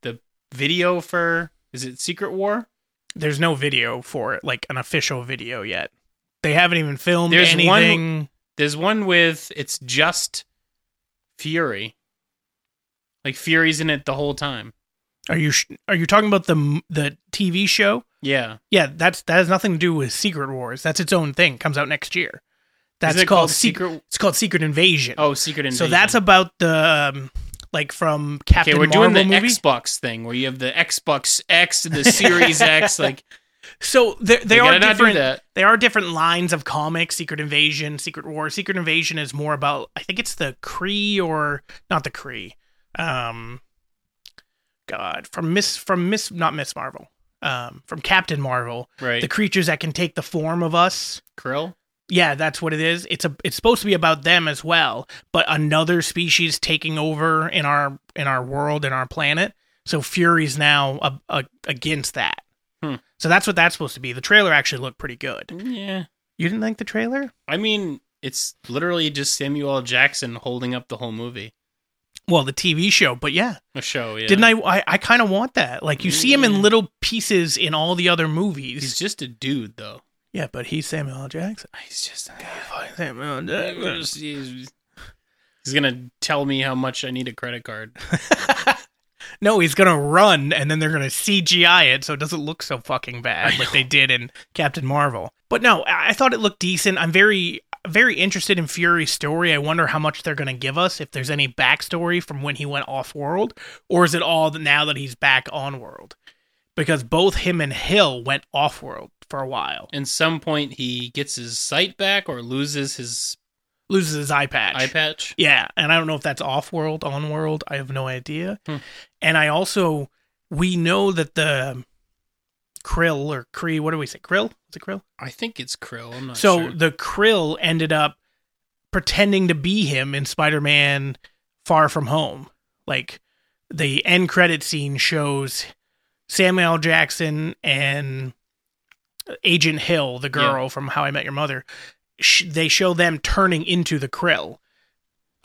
Speaker 2: the video for is it Secret War?
Speaker 1: There's no video for it, like an official video yet. They haven't even filmed
Speaker 2: There's one-
Speaker 1: anything.
Speaker 2: There's one with it's just Fury. Like Fury's in it the whole time.
Speaker 1: Are you sh- are you talking about the m- the TV show?
Speaker 2: Yeah.
Speaker 1: Yeah, that's that has nothing to do with Secret Wars. That's its own thing. Comes out next year. That's
Speaker 2: Isn't it
Speaker 1: called, Secret.
Speaker 2: Secret
Speaker 1: It's called Secret Invasion.
Speaker 2: Oh, Secret Invasion.
Speaker 1: so that's about the um, like from Captain
Speaker 2: Okay, we're
Speaker 1: Marvel
Speaker 2: doing the
Speaker 1: movie.
Speaker 2: Xbox thing where you have the Xbox X and the Series X. Like
Speaker 1: so they they
Speaker 2: you
Speaker 1: are
Speaker 2: gotta not do
Speaker 1: different.
Speaker 2: that.
Speaker 1: There are different lines of comics. Secret Invasion, Secret War. Secret Invasion is more about I think it's the Kree or not the Kree. Um, God, from Miss from Miss not Miss Marvel. Um, from Captain Marvel.
Speaker 2: Right.
Speaker 1: the creatures that can take the form of us.
Speaker 2: Krill.
Speaker 1: Yeah, that's what it is. It's a it's supposed to be about them as well, but another species taking over in our in our world in our planet. So Fury's now a, a, against that.
Speaker 2: Hmm.
Speaker 1: So that's what that's supposed to be. The trailer actually looked pretty good.
Speaker 2: Yeah.
Speaker 1: You didn't like the trailer?
Speaker 2: I mean, it's literally just Samuel L. Jackson holding up the whole movie.
Speaker 1: Well, the TV show, but yeah,
Speaker 2: A show, yeah.
Speaker 1: didn't I? I, I kind of want that. Like you see him
Speaker 2: Yeah.
Speaker 1: in little pieces in all the other movies.
Speaker 2: He's just a dude, though.
Speaker 1: yeah, but he's Samuel L. Jackson.
Speaker 2: He's just a
Speaker 1: Samuel L. Jackson.
Speaker 2: He's he's gonna tell me how much I need a credit card.
Speaker 1: No, he's gonna run, and then they're gonna CGI it so it doesn't look so fucking bad
Speaker 2: I
Speaker 1: like they did in Captain Marvel. But no, I I thought it looked decent. I'm very, very interested in Fury's story. I wonder how much they're gonna give us if there's any backstory from when he went off world, or is it all that now that he's back on world? Because both him and Hill went off world for a while,
Speaker 2: And some point, he gets his sight back or loses his
Speaker 1: loses his eye patch.
Speaker 2: eye patch.
Speaker 1: Yeah, and I don't know if that's off world, on world. I have no idea.
Speaker 2: Hmm.
Speaker 1: And I also we know that the krill or kree. What do we say? Krill? Is it krill?
Speaker 2: I think it's Krill. I'm not
Speaker 1: so
Speaker 2: sure.
Speaker 1: the krill ended up pretending to be him in Spider-Man: Far From Home. Like the end credit scene shows Samuel L. Jackson and Agent Hill, the girl from How I Met Your Mother, sh- they show them turning into the Krill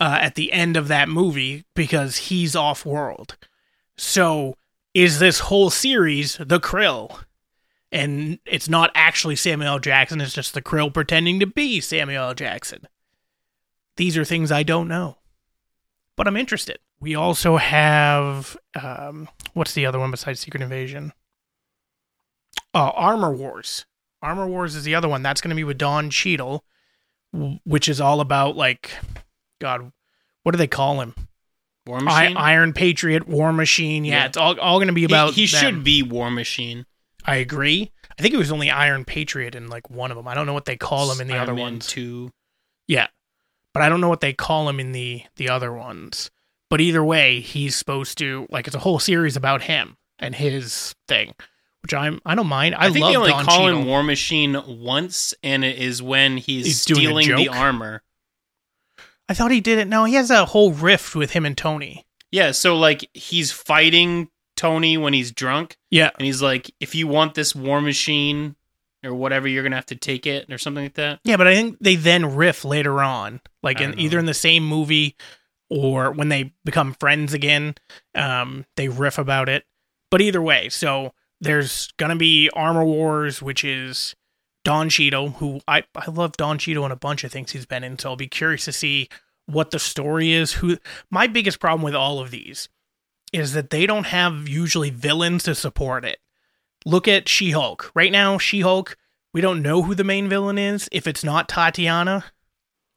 Speaker 1: uh, at the end of that movie because he's off world. So is this whole series the Krill? And it's not actually Samuel L. Jackson, it's just the Krill pretending to be Samuel L. Jackson. These are things I don't know, but I'm interested. We also have um, what's the other one besides Secret Invasion? Uh, Armor Wars. Armor Wars is the other one. That's going to be with Don Cheadle, w- which is all about like, God, what do they call him?
Speaker 2: War
Speaker 1: I-
Speaker 2: Machine.
Speaker 1: Iron Patriot, War Machine. Yeah,
Speaker 2: Yeah.
Speaker 1: it's all all going to be about.
Speaker 2: he, he
Speaker 1: them.
Speaker 2: should be War Machine.
Speaker 1: I agree. I think it was only Iron Patriot in like one of them. I don't know what they call him in the
Speaker 2: Iron
Speaker 1: other
Speaker 2: Man
Speaker 1: ones.
Speaker 2: Two.
Speaker 1: Yeah. But I don't know what they call him in the the other ones. But either way, he's supposed to like it's a whole series about him and his thing, which I'm I don't mind. I,
Speaker 2: think
Speaker 1: love
Speaker 2: they only
Speaker 1: Don
Speaker 2: call
Speaker 1: Cheadle.
Speaker 2: him War Machine once, and it is when he's,
Speaker 1: He's doing a
Speaker 2: stealing the
Speaker 1: joke?
Speaker 2: armor.
Speaker 1: I thought he did it. No, he has a whole rift with him and Tony.
Speaker 2: Yeah, so like he's fighting Tony when he's drunk,
Speaker 1: Yeah.
Speaker 2: and he's like, "If you want this War Machine or whatever, you're gonna have to take it or something like that."
Speaker 1: Yeah, but I think they then riff later on, like
Speaker 2: I
Speaker 1: in
Speaker 2: don't know.
Speaker 1: either in the same movie or when they become friends again. Um, they riff about it. But either way, so there's gonna be Armor Wars, which is Don Cheadle, who I I love Don Cheadle in a bunch of things he's been in. So I'll be curious to see what the story is. Who my biggest problem with all of these is that they don't have usually villains to support it. Look at She Hulk right now. She Hulk we don't know who the main villain is. If it's not Tatiana,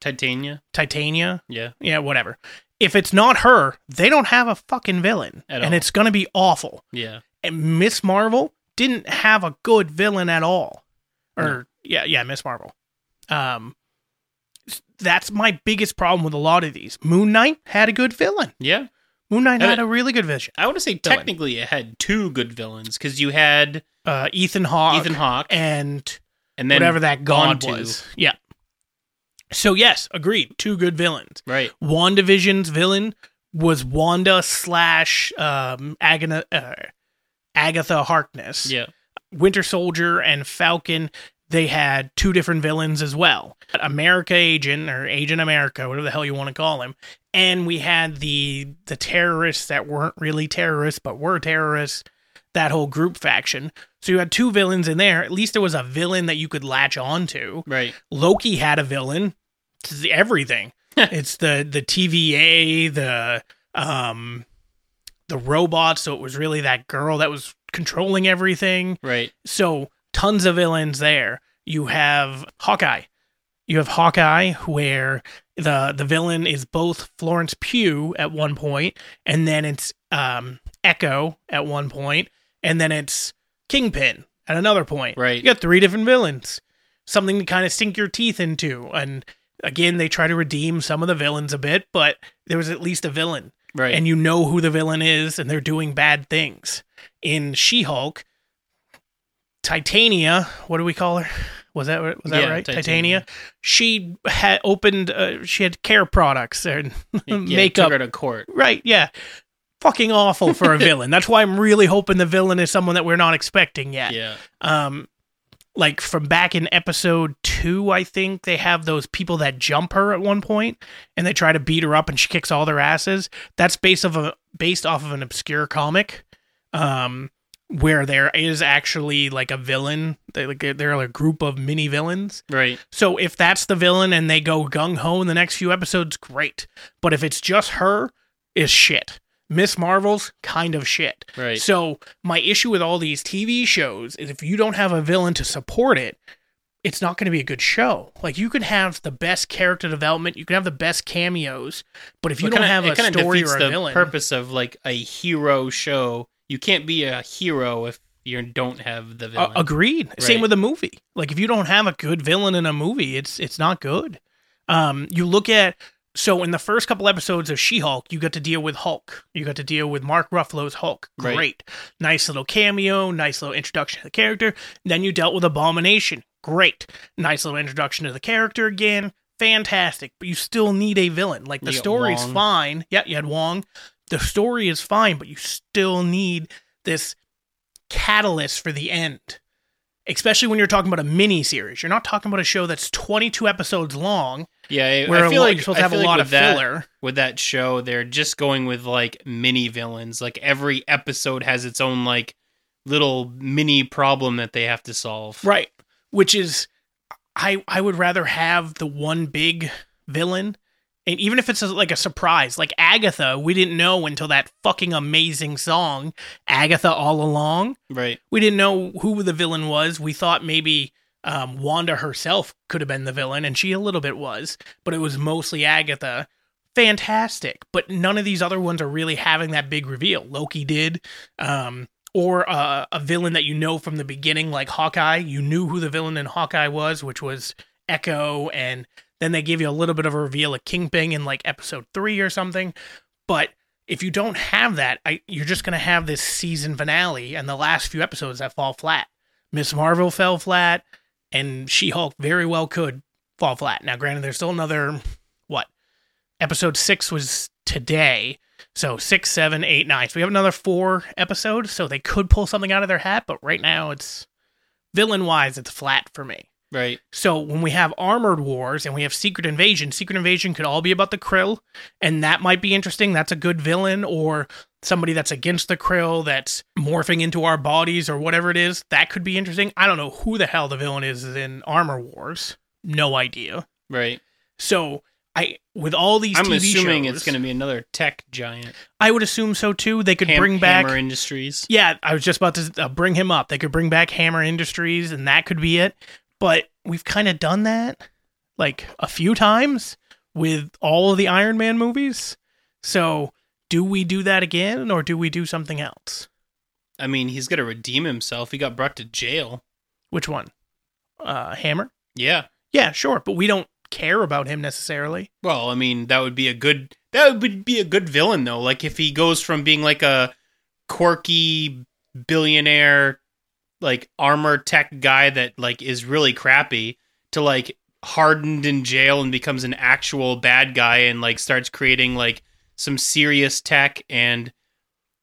Speaker 2: Titania.
Speaker 1: Titania,
Speaker 2: Yeah,
Speaker 1: yeah, whatever. If it's not her, they don't have a fucking villain,
Speaker 2: At
Speaker 1: and
Speaker 2: all.
Speaker 1: it's gonna be awful.
Speaker 2: Yeah.
Speaker 1: And Miss Marvel didn't have a good villain at all. Or
Speaker 2: No.
Speaker 1: yeah, yeah, Miss Marvel. Um, that's my biggest problem with a lot of these. Moon Knight had a good villain.
Speaker 2: Yeah.
Speaker 1: Moon Knight
Speaker 2: And
Speaker 1: had
Speaker 2: it-
Speaker 1: a really good vision.
Speaker 2: I want to say
Speaker 1: Villain.
Speaker 2: technically it had two good villains because you had
Speaker 1: Uh, Ethan Hawke.
Speaker 2: Ethan Hawke and,
Speaker 1: and
Speaker 2: then
Speaker 1: whatever that god
Speaker 2: Bantu.
Speaker 1: was. Yeah. So yes, agreed. Two good villains.
Speaker 2: right.
Speaker 1: WandaVision's villain was Wanda slash um, Agana, uh, Agatha Harkness.
Speaker 2: Yeah.
Speaker 1: Winter Soldier and Falcon. They had two different villains as well. America Agent or Agent America, whatever the hell you want to call him. And we had the the terrorists that weren't really terrorists but were terrorists. That whole group faction. So you had two villains in there. At least there was a villain that you could latch onto.
Speaker 2: Right.
Speaker 1: Loki had a villain. It's everything. it's the the TVA, the um the robot, so it was really that girl that was controlling everything.
Speaker 2: Right.
Speaker 1: So tons of villains there. You have Hawkeye. You have Hawkeye where the the villain is both Florence Pugh at one point, and then it's um Echo at one point, and then it's Kingpin at another point.
Speaker 2: Right.
Speaker 1: You got three different villains. Something to kind of sink your teeth into. And again, they try to redeem some of the villains a bit, but there was at least a villain.
Speaker 2: Right.
Speaker 1: And you know who the villain is, and they're doing bad things. In She Hulk, Titania, what do we call her? Was that was that
Speaker 2: Yeah,
Speaker 1: right?
Speaker 2: Titania.
Speaker 1: Titania. She had opened. Uh, she had care products and
Speaker 2: Yeah, it
Speaker 1: makeup
Speaker 2: Took her to court.
Speaker 1: Right, yeah. Fucking awful for a villain. That's why I'm really hoping the villain is someone that we're not expecting yet.
Speaker 2: Yeah.
Speaker 1: Um like from back in episode 2, I think they have those people that jump her at one point and they try to beat her up and she kicks all their asses. That's based of a based off of an obscure comic. Um where there is actually like a villain, they like they're- they're a group of mini villains.
Speaker 2: Right.
Speaker 1: So if that's the villain and they go gung ho in the next few episodes, great. But if it's just her, is shit. Miss Marvel's kind of shit.
Speaker 2: Right.
Speaker 1: So my issue with all these TV shows is if you don't have a villain to support it, it's not going to be a good show. Like you could have the best character development, you can have the best cameos, but if you
Speaker 2: It
Speaker 1: don't
Speaker 2: kinda-
Speaker 1: have
Speaker 2: it
Speaker 1: a
Speaker 2: kinda
Speaker 1: story
Speaker 2: defeats
Speaker 1: or a
Speaker 2: the
Speaker 1: villain,
Speaker 2: purpose of like a hero show. You can't be a hero if you don't have the
Speaker 1: Uh,
Speaker 2: villain.
Speaker 1: agreed. Same
Speaker 2: Right.
Speaker 1: with a movie. Like if you don't have a good villain in a movie, it's it's not good. Um, you look at so in the first couple episodes of She-Hulk, you got to deal with Hulk. You got to deal with Mark Ruffalo's Hulk.
Speaker 2: Right.
Speaker 1: Great, nice little cameo, nice little introduction to the character. Then you dealt with Abomination. Great, nice little introduction to the character again. Fantastic, but you still need a villain. Like the
Speaker 2: You got
Speaker 1: story's
Speaker 2: Wong.
Speaker 1: fine. Yeah, you had Wong. The story is fine, but you still need this catalyst for the end especially when you're talking about a mini series. You're not talking about a show that's 22 episodes long,
Speaker 2: yeah, I,
Speaker 1: where
Speaker 2: I
Speaker 1: a
Speaker 2: feel
Speaker 1: lo-
Speaker 2: like
Speaker 1: you're supposed
Speaker 2: I
Speaker 1: to have a
Speaker 2: feel like
Speaker 1: lot
Speaker 2: with
Speaker 1: of
Speaker 2: that,
Speaker 1: filler.
Speaker 2: with that show. They're just going with like mini villains. Like every episode has its own like little mini problem that they have to solve.
Speaker 1: Right. Which is, I I would rather have the one big villain, and even if it's a, like a surprise, like Agatha, we didn't know until that fucking amazing song, Agatha All Along.
Speaker 2: Right.
Speaker 1: We didn't know who the villain was. We thought maybe um, Wanda herself could have been the villain, and she a little bit was, but it was mostly Agatha. Fantastic, but none of these other ones are really having that big reveal. Loki did, um, or uh, a villain that you know from the beginning, like Hawkeye. You knew who the villain in Hawkeye was, which was Echo, and then they give you a little bit of a reveal of Kingpin in like episode three or something. But if you don't have that, I, you're just going to have this season finale and the last few episodes that fall flat. Miss Marvel fell flat, and She Hulk very well could fall flat. Now, granted, there's still another, what? Episode six was today. So six, seven, eight, nine. So we have another four episodes. So they could pull something out of their hat, but right now it's villain wise, it's flat for me.
Speaker 2: Right.
Speaker 1: So when we have armored wars and we have secret invasion, secret invasion could all be about the krill, and that might be interesting. That's a good villain or somebody that's against the krill that's morphing into our bodies or whatever it is. That could be interesting. I don't know who the hell the villain is in Armor Wars. No idea.
Speaker 2: Right.
Speaker 1: So I with all these
Speaker 2: I'm
Speaker 1: TV
Speaker 2: assuming
Speaker 1: shows,
Speaker 2: it's going to be another tech giant.
Speaker 1: I would assume so too. They could
Speaker 2: Ham-
Speaker 1: bring back
Speaker 2: Hammer Industries.
Speaker 1: yeah, I was just about to uh, bring him up. They could bring back Hammer Industries, and that could be it. But we've kind of done that like a few times with all of the Iron Man movies. So, do we do that again or do we do something else?
Speaker 2: I mean, he's gonna redeem himself. He got brought to jail.
Speaker 1: Which one? Uh, Hammer?
Speaker 2: Yeah.
Speaker 1: Yeah, sure, but we don't care about him necessarily.
Speaker 2: Well, I mean, that would be a good that would be a good villain though. Like if he goes from being like a quirky billionaire like armor tech guy that like is really crappy to like hardened in jail and becomes an actual bad guy and like starts creating like some serious tech and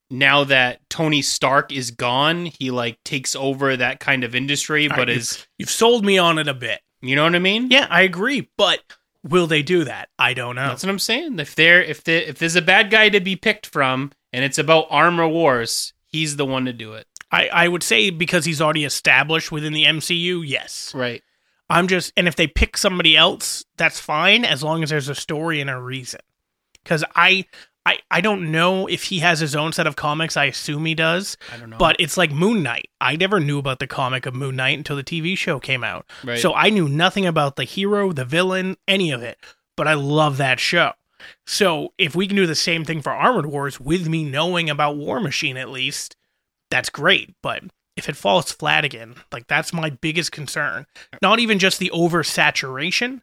Speaker 2: now that Tony Stark is gone, he like takes over that kind of industry,
Speaker 1: All
Speaker 2: but
Speaker 1: right, you've-
Speaker 2: is
Speaker 1: You've sold me on it a bit.
Speaker 2: you know what I mean?
Speaker 1: Yeah, I agree, but will they do that? I don't know.
Speaker 2: That's what I'm saying. If there, if there, if there's a bad guy to be picked from, and it's about armor wars, he's the one to do it.
Speaker 1: I, I would say because he's already established within the MCU, yes.
Speaker 2: Right.
Speaker 1: I'm just, and if they pick somebody else, that's fine as long as there's a story and a reason. Because I, I, I don't know if he has his own set of comics. I assume he does,
Speaker 2: I don't know.
Speaker 1: but it's like Moon Knight. I never knew about the comic of Moon Knight until the TV show came out.
Speaker 2: right.
Speaker 1: So I knew nothing about the hero, the villain, any of it, but I love that show. So if we can do the same thing for Armored Wars with me knowing about War Machine at least, that's great. But if it falls flat again, like that's my biggest concern. Not even just the oversaturation.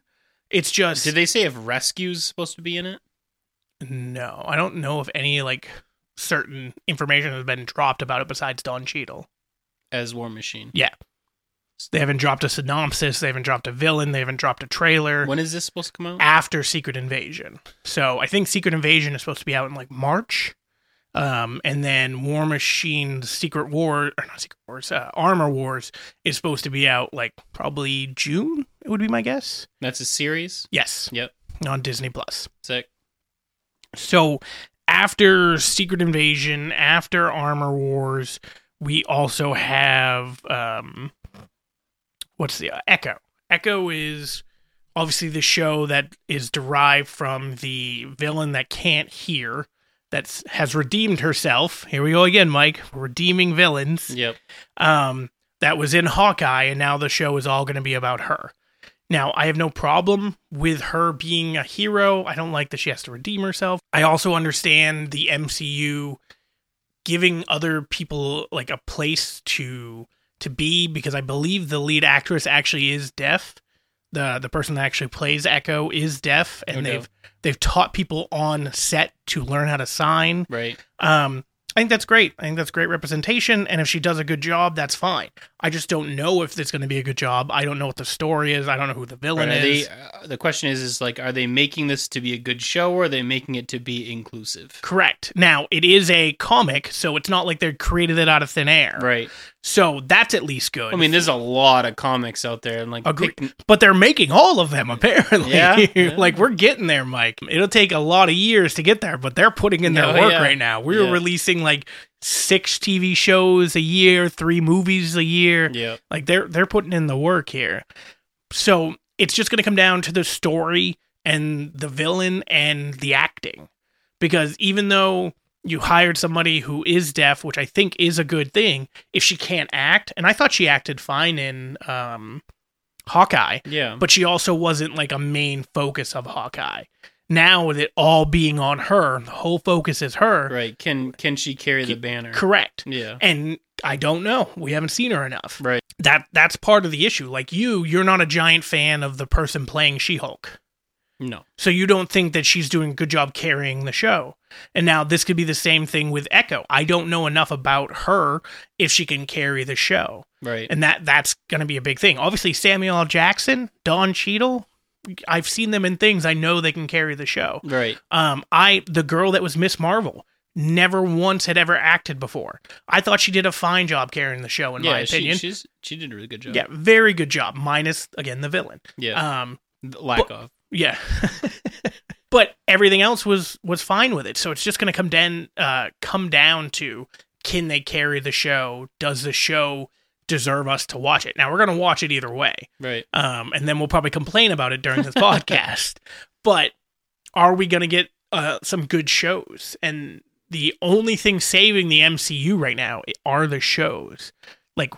Speaker 1: It's just
Speaker 2: did they say if rescue's supposed to be in it?
Speaker 1: no. I don't know if any like certain information has been dropped about it besides Don Cheadle.
Speaker 2: As War Machine.
Speaker 1: They haven't dropped a synopsis. They haven't dropped a villain. They haven't dropped a trailer.
Speaker 2: When is this supposed to come out?
Speaker 1: after Secret Invasion. So I think Secret Invasion is supposed to be out in like March. Um, and then War Machine's Secret War, or not Secret Wars, uh, Armor Wars is supposed to be out like probably June, it would be my guess.
Speaker 2: That's a series.
Speaker 1: Yes.
Speaker 2: Yep.
Speaker 1: On Disney Plus.
Speaker 2: Sick.
Speaker 1: So after Secret Invasion, after Armor Wars, we also have um what's the uh, Echo. Echo is obviously the show that is derived from the villain that can't hear that has redeemed herself. Here we go again, Mike, redeeming villains
Speaker 2: Yep.
Speaker 1: um, that was in Hawkeye, and now the show is all going to be about her. Now, I have no problem with her being a hero. I don't like that she has to redeem herself. I also understand the MCU giving other people like a place to to be because I believe the lead actress actually is deaf. The the person that actually plays Echo is deaf and
Speaker 2: Okay.
Speaker 1: they've they've taught people on set to learn how to sign.
Speaker 2: Right.
Speaker 1: Um, I think that's great. I think that's great representation. And if she does a good job, that's fine. I just don't know if it's going to be a good job. I don't know what the story is. I don't know who the
Speaker 2: Right,
Speaker 1: villain
Speaker 2: Are
Speaker 1: is.
Speaker 2: they, uh, the question is, is like, are they making this to be a good show, or are they making it to be inclusive?
Speaker 1: Correct. Now, it is a comic, so it's not like they created it out of thin air.
Speaker 2: Right.
Speaker 1: So that's at least good.
Speaker 2: I mean, there's a lot of comics out there, and like,
Speaker 1: Agree-
Speaker 2: pick-
Speaker 1: but they're making all of them apparently.
Speaker 2: Yeah, yeah.
Speaker 1: like we're getting there, Mike. It'll take a lot of years to get there, but they're putting in their
Speaker 2: Oh,
Speaker 1: work
Speaker 2: yeah.
Speaker 1: right now. We're
Speaker 2: Yeah.
Speaker 1: releasing like six TV shows a year, three movies a year.
Speaker 2: yeah,
Speaker 1: Like they're they're putting in the work here. So it's just going to come down to the story and the villain and the acting. Because even though you hired somebody who is deaf, which I think is a good thing, if she can't act, and I thought she acted fine in um Hawkeye,
Speaker 2: yeah,
Speaker 1: but she also wasn't like a main focus of Hawkeye. Now with it all being on her, the whole focus is her.
Speaker 2: right. Can can she carry the banner?
Speaker 1: Correct
Speaker 2: Yeah.
Speaker 1: and I don't know. We haven't seen her enough.
Speaker 2: Right.
Speaker 1: That that's part of the issue. Like you, you're not a giant fan of the person playing She-Hulk.
Speaker 2: No.
Speaker 1: So you don't think that she's doing a good job carrying the show. And now this could be the same thing with Echo. I don't know enough about her if she can carry the show.
Speaker 2: Right.
Speaker 1: And that that's going to be a big thing. Obviously Samuel L. Jackson, Don Cheadle, I've seen them in things I know they can carry the show.
Speaker 2: right.
Speaker 1: Um, I the girl that was Miss Marvel never once had ever acted before. I thought she did a fine job carrying the show, in my
Speaker 2: she-
Speaker 1: opinion.
Speaker 2: she's she did a really good job.
Speaker 1: yeah, very good job. Minus again the villain.
Speaker 2: Yeah.
Speaker 1: Um,
Speaker 2: Th- Lack of.
Speaker 1: yeah. but everything else was was fine with it. So it's just going to come down uh come down to can they carry the show? Does the show deserve us to watch it? Now we're going to watch it either way
Speaker 2: Right.
Speaker 1: um, and then we'll probably complain about it during this podcast. But are we going to get uh, some good shows? And the only thing saving the MCU right now are the shows. Like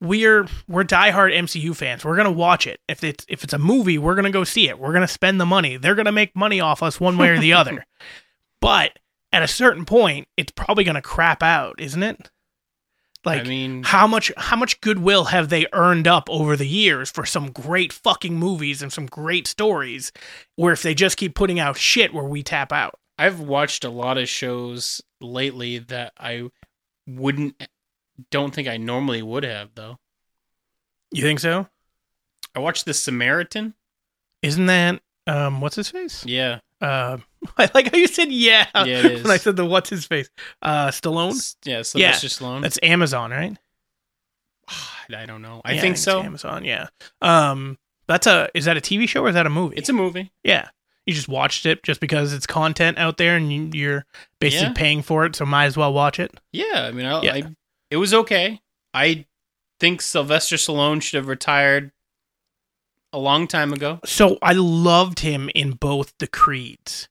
Speaker 1: we're we're diehard MCU fans. We're gonna watch it. If it's if it's a movie, we're gonna go see it. We're gonna spend the money. They're gonna make money off us one way or the other. But at a certain point, it's probably going to crap out, isn't it? Like
Speaker 2: I mean,
Speaker 1: how much how much goodwill have they earned up over the years for some great fucking movies and some great stories where if they just keep putting out shit where we tap out.
Speaker 2: I've watched a lot of shows lately that I wouldn't don't think I normally would have though.
Speaker 1: You think so?
Speaker 2: I watched The Samaritan.
Speaker 1: Isn't that um what's his face?
Speaker 2: Yeah.
Speaker 1: Uh I like how you said yeah
Speaker 2: Yeah, it is.
Speaker 1: when I said the what's his face. Uh Stallone?
Speaker 2: S- Yeah, Sylvester
Speaker 1: Yeah.
Speaker 2: Stallone.
Speaker 1: That's Amazon, right?
Speaker 2: I don't know. I
Speaker 1: Yeah,
Speaker 2: think
Speaker 1: it's
Speaker 2: so.
Speaker 1: Amazon, yeah. Um that's a is that a TV show or is that a movie?
Speaker 2: It's a movie.
Speaker 1: Yeah. You just watched it just because it's content out there and you- you're basically
Speaker 2: Yeah.
Speaker 1: paying for it, so might as well watch it.
Speaker 2: Yeah, I mean, I,
Speaker 1: Yeah.
Speaker 2: I it was okay. I think Sylvester Stallone should have retired a long time ago.
Speaker 1: So I loved him in both the creeds,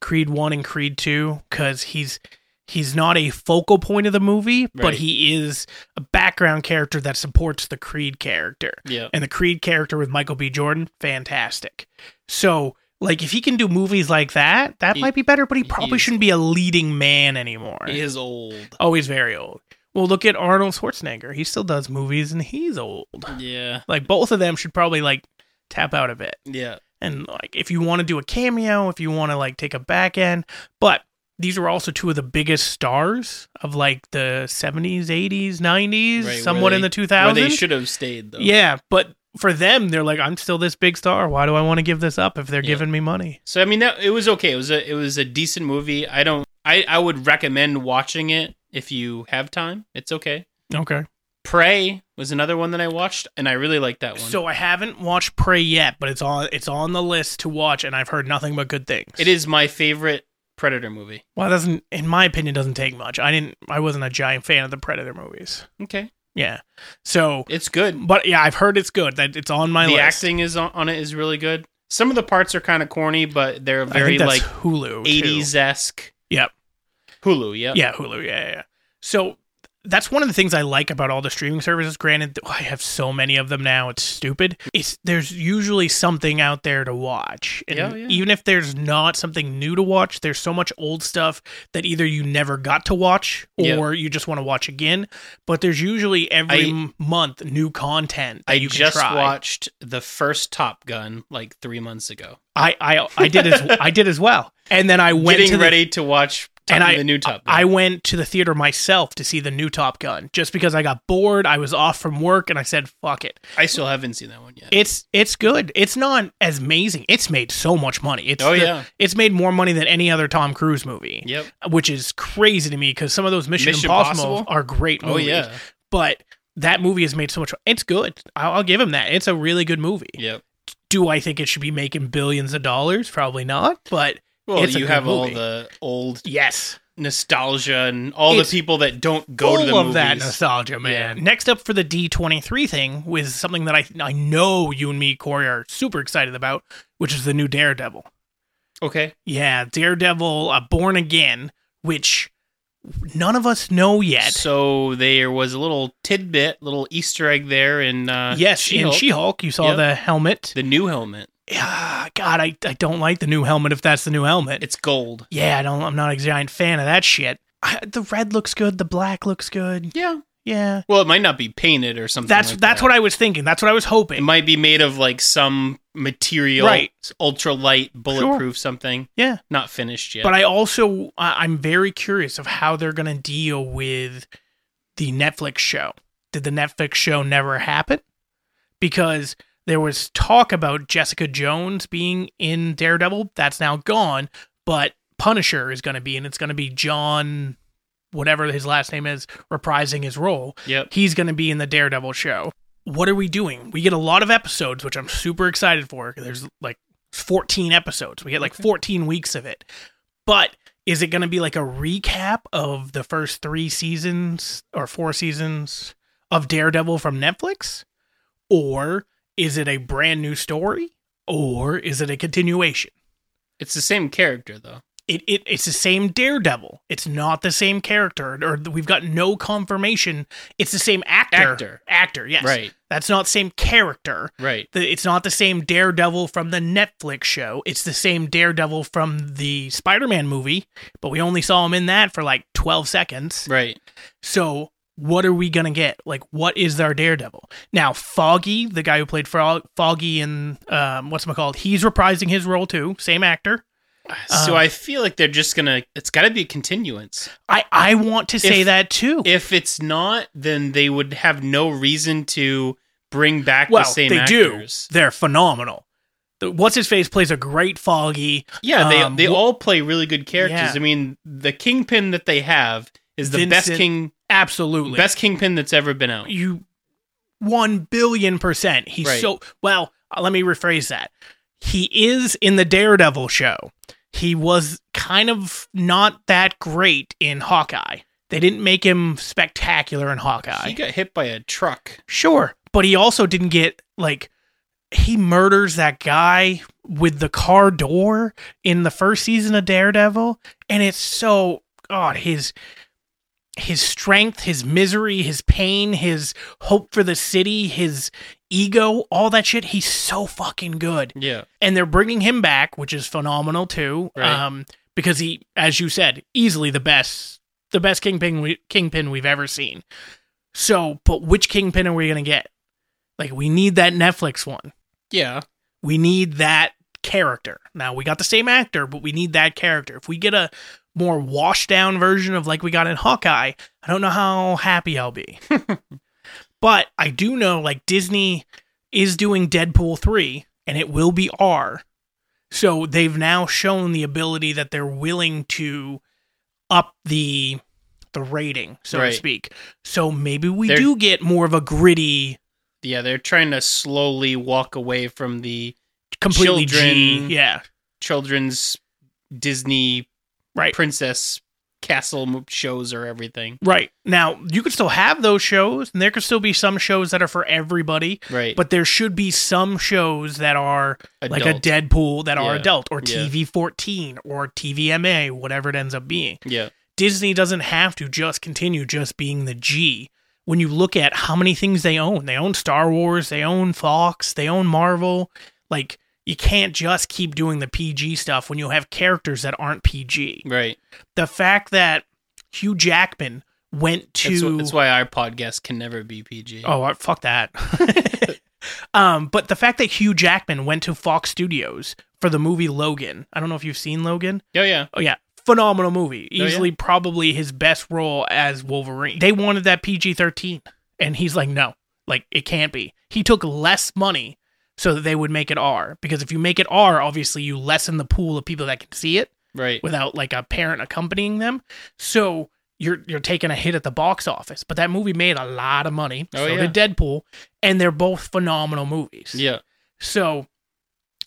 Speaker 1: Creed 1 and Creed 2, cuz he's he's not a focal point of the movie, but
Speaker 2: Right.
Speaker 1: he is a background character that supports the Creed character.
Speaker 2: Yeah.
Speaker 1: and the Creed character with Michael B. Jordan, fantastic. So, like, if he can do movies like that, that
Speaker 2: He-
Speaker 1: might be better, but he probably
Speaker 2: he's-
Speaker 1: shouldn't be a leading man anymore.
Speaker 2: He is old.
Speaker 1: Oh, he's very old. Well, look at Arnold Schwarzenegger. He still does movies and he's old.
Speaker 2: Yeah.
Speaker 1: Like, both of them should probably, like, tap out of it.
Speaker 2: Yeah.
Speaker 1: And, like, if you want to do a cameo, if you want to, like, take a back end, but these were also two of the biggest stars of, like, the 70s, 80s, 90s,
Speaker 2: Right, where
Speaker 1: somewhat in
Speaker 2: they-
Speaker 1: the 2000s.
Speaker 2: Where they should have stayed though.
Speaker 1: Yeah, but for them, they're like, I'm still this big star. Why do I want to give this up if they're
Speaker 2: Yeah.
Speaker 1: giving me money?
Speaker 2: So I mean that it was okay. It was a it was a decent movie. I don't I I would recommend watching it if you have time. It's okay.
Speaker 1: Okay.
Speaker 2: Prey was another one that I watched and I really liked that one.
Speaker 1: So I haven't watched Prey yet, but it's on it's on the list to watch, and I've heard nothing but good things.
Speaker 2: it is my favorite Predator movie.
Speaker 1: Well, it doesn't in my opinion doesn't take much. I didn't. I wasn't a giant fan of the Predator movies.
Speaker 2: Okay.
Speaker 1: Yeah. So,
Speaker 2: It's good.
Speaker 1: but yeah, I've heard it's good. That it's on my
Speaker 2: the
Speaker 1: list.
Speaker 2: acting is on, on it is really good. Some of the parts are kind of corny, but they're
Speaker 1: I
Speaker 2: very
Speaker 1: think that's
Speaker 2: like
Speaker 1: Hulu too.
Speaker 2: 80s esque.
Speaker 1: Yep.
Speaker 2: Hulu, yep.
Speaker 1: Yeah, Hulu. Yeah, yeah, yeah. So that's one of the things I like about all the streaming services. Granted, th- I have so many of them now; it's stupid. It's there's usually something out there to watch, and
Speaker 2: Yeah, yeah.
Speaker 1: even if there's not something new to watch, there's so much old stuff that either you never got to watch
Speaker 2: Yeah.
Speaker 1: or you just want to watch again. But there's usually every
Speaker 2: I-
Speaker 1: m- month new content that
Speaker 2: I
Speaker 1: you can
Speaker 2: just
Speaker 1: try.
Speaker 2: watched the first Top Gun like three months ago.
Speaker 1: I I I did as I did as well, and then I went
Speaker 2: Getting
Speaker 1: to the
Speaker 2: ready to watch Top,
Speaker 1: And I-
Speaker 2: the new Top Gun.
Speaker 1: I went to the theater myself to see the new Top Gun just because I got bored. I was off from work and I said, fuck it.
Speaker 2: I still haven't seen that one yet.
Speaker 1: It's it's good. It's not as amazing. It's made so much money. It's
Speaker 2: Oh,
Speaker 1: the-
Speaker 2: yeah.
Speaker 1: It's made more money than any other Tom Cruise movie.
Speaker 2: Yep.
Speaker 1: Which is crazy to me because some of those Mission,
Speaker 2: Mission
Speaker 1: Impossible,
Speaker 2: Possible?
Speaker 1: are great
Speaker 2: Oh
Speaker 1: movies.
Speaker 2: yeah.
Speaker 1: But that movie has made so much. It's good. I'll, I'll give him that. It's a really good movie.
Speaker 2: Yep.
Speaker 1: Do I think it should be making billions of dollars? Probably not. But
Speaker 2: Well,
Speaker 1: It's a
Speaker 2: you
Speaker 1: good
Speaker 2: have all
Speaker 1: movie.
Speaker 2: the old
Speaker 1: yes,
Speaker 2: nostalgia and all
Speaker 1: It's
Speaker 2: the people that don't go
Speaker 1: full
Speaker 2: to the
Speaker 1: of
Speaker 2: movies.
Speaker 1: that nostalgia, man. Next up for the D23 thing was something that I I know you and me, Corey, are super excited about, which is the new Daredevil.
Speaker 2: okay.
Speaker 1: Yeah, Daredevil uh, Born Again, which none of us know yet.
Speaker 2: So there was a little tidbit, little Easter egg there in uh,
Speaker 1: yes, in
Speaker 2: She-Hulk,
Speaker 1: She Hulk, you saw
Speaker 2: Yep.
Speaker 1: the helmet.
Speaker 2: the new helmet.
Speaker 1: Ah, God, I, I don't like the new helmet if that's the new helmet.
Speaker 2: It's gold.
Speaker 1: yeah, I don't, I'm not a giant fan of that shit. I, the red looks good, the black looks good.
Speaker 2: Yeah.
Speaker 1: Yeah.
Speaker 2: Well, it might not be painted or something.
Speaker 1: That's
Speaker 2: like
Speaker 1: that's
Speaker 2: that.
Speaker 1: what I was thinking. That's what I was hoping.
Speaker 2: It might be made of like some material,
Speaker 1: Right.
Speaker 2: Ultra light, bulletproof, something.
Speaker 1: Yeah.
Speaker 2: Not finished yet.
Speaker 1: But I also I- I'm very curious of how they're going to deal with the Netflix show. Did the Netflix show never happen? Because there was talk about Jessica Jones being in Daredevil. That's now gone, but Punisher is going to be and it's going to be John whatever his last name is reprising his role.
Speaker 2: yep.
Speaker 1: He's going to be in the Daredevil show. What are we doing? We get a lot of episodes, which I'm super excited for. There's like 14 episodes. We get like
Speaker 2: Okay.
Speaker 1: 14 weeks of it. But is it going to be like a recap of the first three seasons or four seasons of Daredevil from Netflix? Or is it a brand new story? Or is it a continuation?
Speaker 2: It's the same character though.
Speaker 1: it, it it's the same Daredevil. It's not the same character, or th- we've got no confirmation. It's the same actor.
Speaker 2: Actor.
Speaker 1: Actor, yes.
Speaker 2: Right.
Speaker 1: That's not same character.
Speaker 2: Right.
Speaker 1: The- It's not the same Daredevil from the Netflix show. It's the same Daredevil from the Spider-Man movie, but we only saw him in that for like 12 seconds.
Speaker 2: Right.
Speaker 1: So what are we gonna get? Like, what is our Daredevil now? Foggy, the guy who played Frog, Foggy in um, what's it called? He's reprising his role too. Same actor.
Speaker 2: So
Speaker 1: Um,
Speaker 2: I feel like they're just gonna. It's got to be a continuance.
Speaker 1: I I want to say
Speaker 2: If-
Speaker 1: that too.
Speaker 2: If it's not, then they would have no reason to bring back
Speaker 1: well,
Speaker 2: the same
Speaker 1: they
Speaker 2: actors.
Speaker 1: do. They're phenomenal. The- What's his face plays a great Foggy.
Speaker 2: Yeah, they
Speaker 1: Um,
Speaker 2: they
Speaker 1: wh-
Speaker 2: all play really good characters.
Speaker 1: Yeah.
Speaker 2: I mean, the kingpin that they have is the best
Speaker 1: Vincent-
Speaker 2: king
Speaker 1: Absolutely,
Speaker 2: best kingpin that's ever been out.
Speaker 1: you one billion percent. He's
Speaker 2: Right.
Speaker 1: so well. uh, Let me rephrase that. He is in the Daredevil show. He was kind of not that great in Hawkeye. They didn't make him spectacular in Hawkeye.
Speaker 2: He got hit by a truck.
Speaker 1: sure, but he also didn't get like he murders that guy with the car door in the first season of Daredevil, and it's so God his his strength, his misery, his pain, his hope for the city, his ego, all that shit. He's so fucking good,
Speaker 2: Yeah.
Speaker 1: and they're bringing him back, which is phenomenal too.
Speaker 2: Right.
Speaker 1: Um, because he, as you said, easily the best, the best kingpin we, kingpin we've ever seen. So, but which kingpin are we gonna get? Like, we need that Netflix one.
Speaker 2: Yeah.
Speaker 1: We need that character. Now we got the same actor, but we need that character. If we get a more washed down version of like we got in Hawkeye, I don't know how happy I'll be. but I do know like Disney is doing Deadpool 3 and it will be R. So they've now shown the ability that they're willing to up the the rating, so
Speaker 2: Right.
Speaker 1: to speak. So maybe we
Speaker 2: They're-
Speaker 1: do get more of a gritty
Speaker 2: Yeah, they're trying to slowly walk away from the
Speaker 1: completely G.
Speaker 2: Children-
Speaker 1: Yeah.
Speaker 2: children's Disney
Speaker 1: Right.
Speaker 2: princess castle mo- shows or everything.
Speaker 1: Right. Now, you could still have those shows, and there could still be some shows that are for everybody,
Speaker 2: Right.
Speaker 1: but there should be some shows that are like a
Speaker 2: Adult.
Speaker 1: Deadpool that are
Speaker 2: Yeah.
Speaker 1: adult or
Speaker 2: Yeah.
Speaker 1: TV 14 or TVMA, whatever it ends up being.
Speaker 2: Yeah.
Speaker 1: Disney doesn't have to just continue just being the G. When you look at how many things they own, they own Star Wars, they own Fox, they own Marvel. Like, you can't just keep doing the PG stuff when you have characters that aren't PG.
Speaker 2: Right.
Speaker 1: The fact that Hugh Jackman went to
Speaker 2: That's, wh- that's why our podcast can never be PG.
Speaker 1: Oh, uh, fuck that. um, but the fact that Hugh Jackman went to Fox Studios for the movie Logan. I don't know if you've seen Logan.
Speaker 2: Oh, yeah.
Speaker 1: Oh yeah, phenomenal movie.
Speaker 2: Oh, yeah?
Speaker 1: Easily probably his best role as Wolverine. They wanted that PG-13 and he's like no. Like it can't be. He took less money so that they would make it R because if you make it R, obviously you lessen the pool of people that can see it
Speaker 2: Right.
Speaker 1: without like a parent accompanying them. So you're you're taking a hit at the box office. But that movie made a lot of money. so
Speaker 2: Oh, yeah.
Speaker 1: did Deadpool, and they're both phenomenal movies.
Speaker 2: Yeah.
Speaker 1: So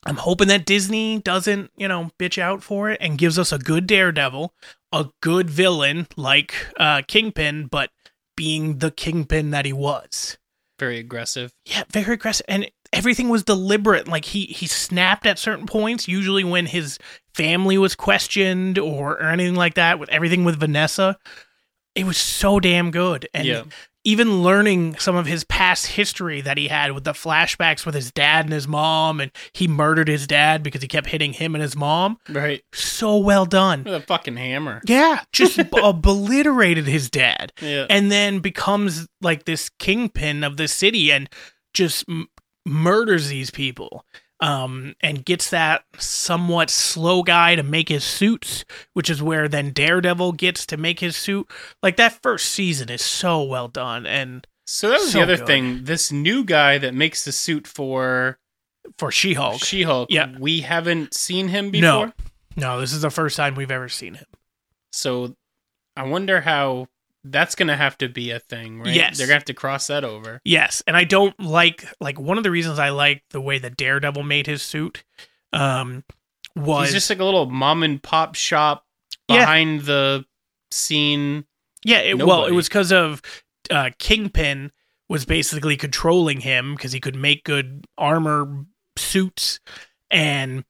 Speaker 1: I'm hoping that Disney doesn't, you know, bitch out for it and gives us a good Daredevil, a good villain like uh Kingpin, but being the Kingpin that he was.
Speaker 2: Very aggressive.
Speaker 1: Yeah, very aggressive, and everything was deliberate. Like he he snapped at certain points, usually when his family was questioned or, or anything like that. With everything with Vanessa, it was so damn good. And
Speaker 2: Yeah.
Speaker 1: even learning some of his past history that he had with the flashbacks with his dad and his mom, and he murdered his dad because he kept hitting him and his mom.
Speaker 2: Right.
Speaker 1: So well done.
Speaker 2: With a fucking hammer.
Speaker 1: Yeah, just b- obliterated his dad
Speaker 2: Yeah.
Speaker 1: and then becomes like this kingpin of the city and just m- murders these people um and gets that somewhat slow guy to make his suits which is where then daredevil gets to make his suit like that first season is so well done and
Speaker 2: So that was
Speaker 1: So
Speaker 2: the other
Speaker 1: good.
Speaker 2: thing. This new guy that makes the suit for
Speaker 1: for she-hulk
Speaker 2: She-Hulk.
Speaker 1: Yeah.
Speaker 2: We haven't seen him before.
Speaker 1: No. no this is the first time we've ever seen him
Speaker 2: So I wonder how that's going to have to be a thing, right?
Speaker 1: Yes.
Speaker 2: They're going to have to cross that over.
Speaker 1: Yes, and I don't like like one of the reasons I like the way that Daredevil made his suit um was
Speaker 2: He's just like a little mom and pop shop
Speaker 1: Yeah.
Speaker 2: behind the scene.
Speaker 1: Yeah, it, well, it
Speaker 2: Nobody.
Speaker 1: was because of uh, Kingpin was basically controlling him because he could make good armor suits, and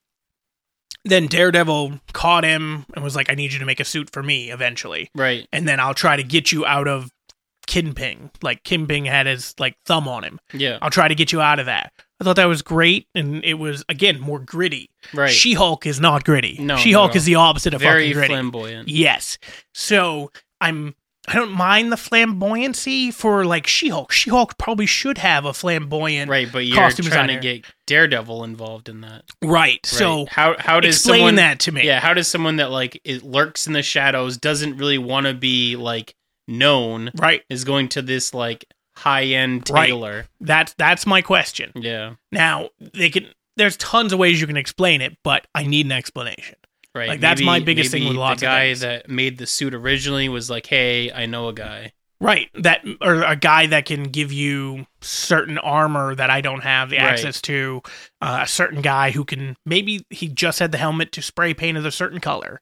Speaker 1: Then Daredevil caught him and was like, I need you to make a suit for me eventually.
Speaker 2: Right.
Speaker 1: And then I'll try to get you out of Kinping. Like Kinping had his like thumb on him.
Speaker 2: Yeah.
Speaker 1: I'll try to get you out of that. I thought that was great and it was again more gritty.
Speaker 2: Right.
Speaker 1: She Hulk is not gritty.
Speaker 2: No,
Speaker 1: She Hulk
Speaker 2: no.
Speaker 1: is the opposite of
Speaker 2: Very
Speaker 1: fucking gritty.
Speaker 2: flamboyant.
Speaker 1: Yes. So I'm I don't mind the flamboyancy for like She Hulk. She Hulk probably should have a flamboyant
Speaker 2: Right, but you're
Speaker 1: costume
Speaker 2: trying to
Speaker 1: designer.
Speaker 2: get Daredevil involved in that.
Speaker 1: Right.
Speaker 2: Right.
Speaker 1: So
Speaker 2: how how does
Speaker 1: explain
Speaker 2: someone
Speaker 1: that to me.
Speaker 2: yeah how does someone that like it lurks in the shadows doesn't really want to be like known
Speaker 1: Right.
Speaker 2: is going to this like high end
Speaker 1: Right.
Speaker 2: tailor?
Speaker 1: That's that's my question.
Speaker 2: Yeah,
Speaker 1: Now they can there's tons of ways you can explain it, but I need an explanation.
Speaker 2: right.
Speaker 1: Like, that's my biggest thing with lots of
Speaker 2: the guy
Speaker 1: things.
Speaker 2: that made the suit originally was like, hey, I know a guy.
Speaker 1: Right. That or a guy that can give you certain armor that I don't have the
Speaker 2: Right.
Speaker 1: access to. Uh, a certain guy who can maybe he just had the helmet to spray paint it a certain color.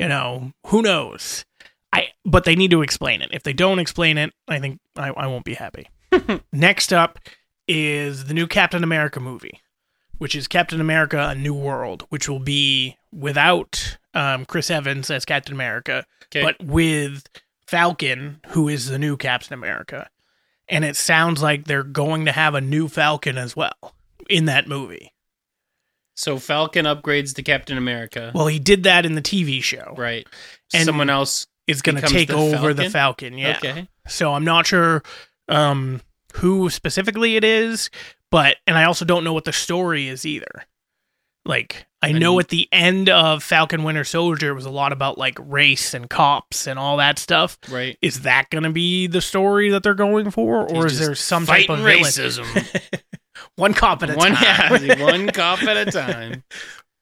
Speaker 1: You know, who knows? I but they need to explain it. If they don't explain it, I think I, I won't be happy. Next up is the new Captain America movie, which is Captain America: A New World, which will be without um, Chris Evans as Captain America,
Speaker 2: 'Kay.
Speaker 1: but with Falcon, who is the new Captain America. And it sounds like they're going to have a new Falcon as well in that movie.
Speaker 2: So Falcon upgrades to Captain America.
Speaker 1: Well, he did that in the TV show.
Speaker 2: right.
Speaker 1: and
Speaker 2: someone else.
Speaker 1: It's going to
Speaker 2: Becomes
Speaker 1: take
Speaker 2: the
Speaker 1: over the
Speaker 2: Falcon?
Speaker 1: Falcon. Yeah.
Speaker 2: Okay.
Speaker 1: So I'm not sure um, who specifically it is, but and I also don't know what the story is either. Like I know
Speaker 2: And-
Speaker 1: at the end of Falcon Winter Soldier it was a lot about like race and cops and all that stuff.
Speaker 2: Right.
Speaker 1: Is that going to be the story that they're going for, or is
Speaker 2: He's just
Speaker 1: there some type
Speaker 2: Fighting
Speaker 1: of villain?
Speaker 2: racism.
Speaker 1: One cop at a
Speaker 2: one,
Speaker 1: time.
Speaker 2: yeah, one cop at a time.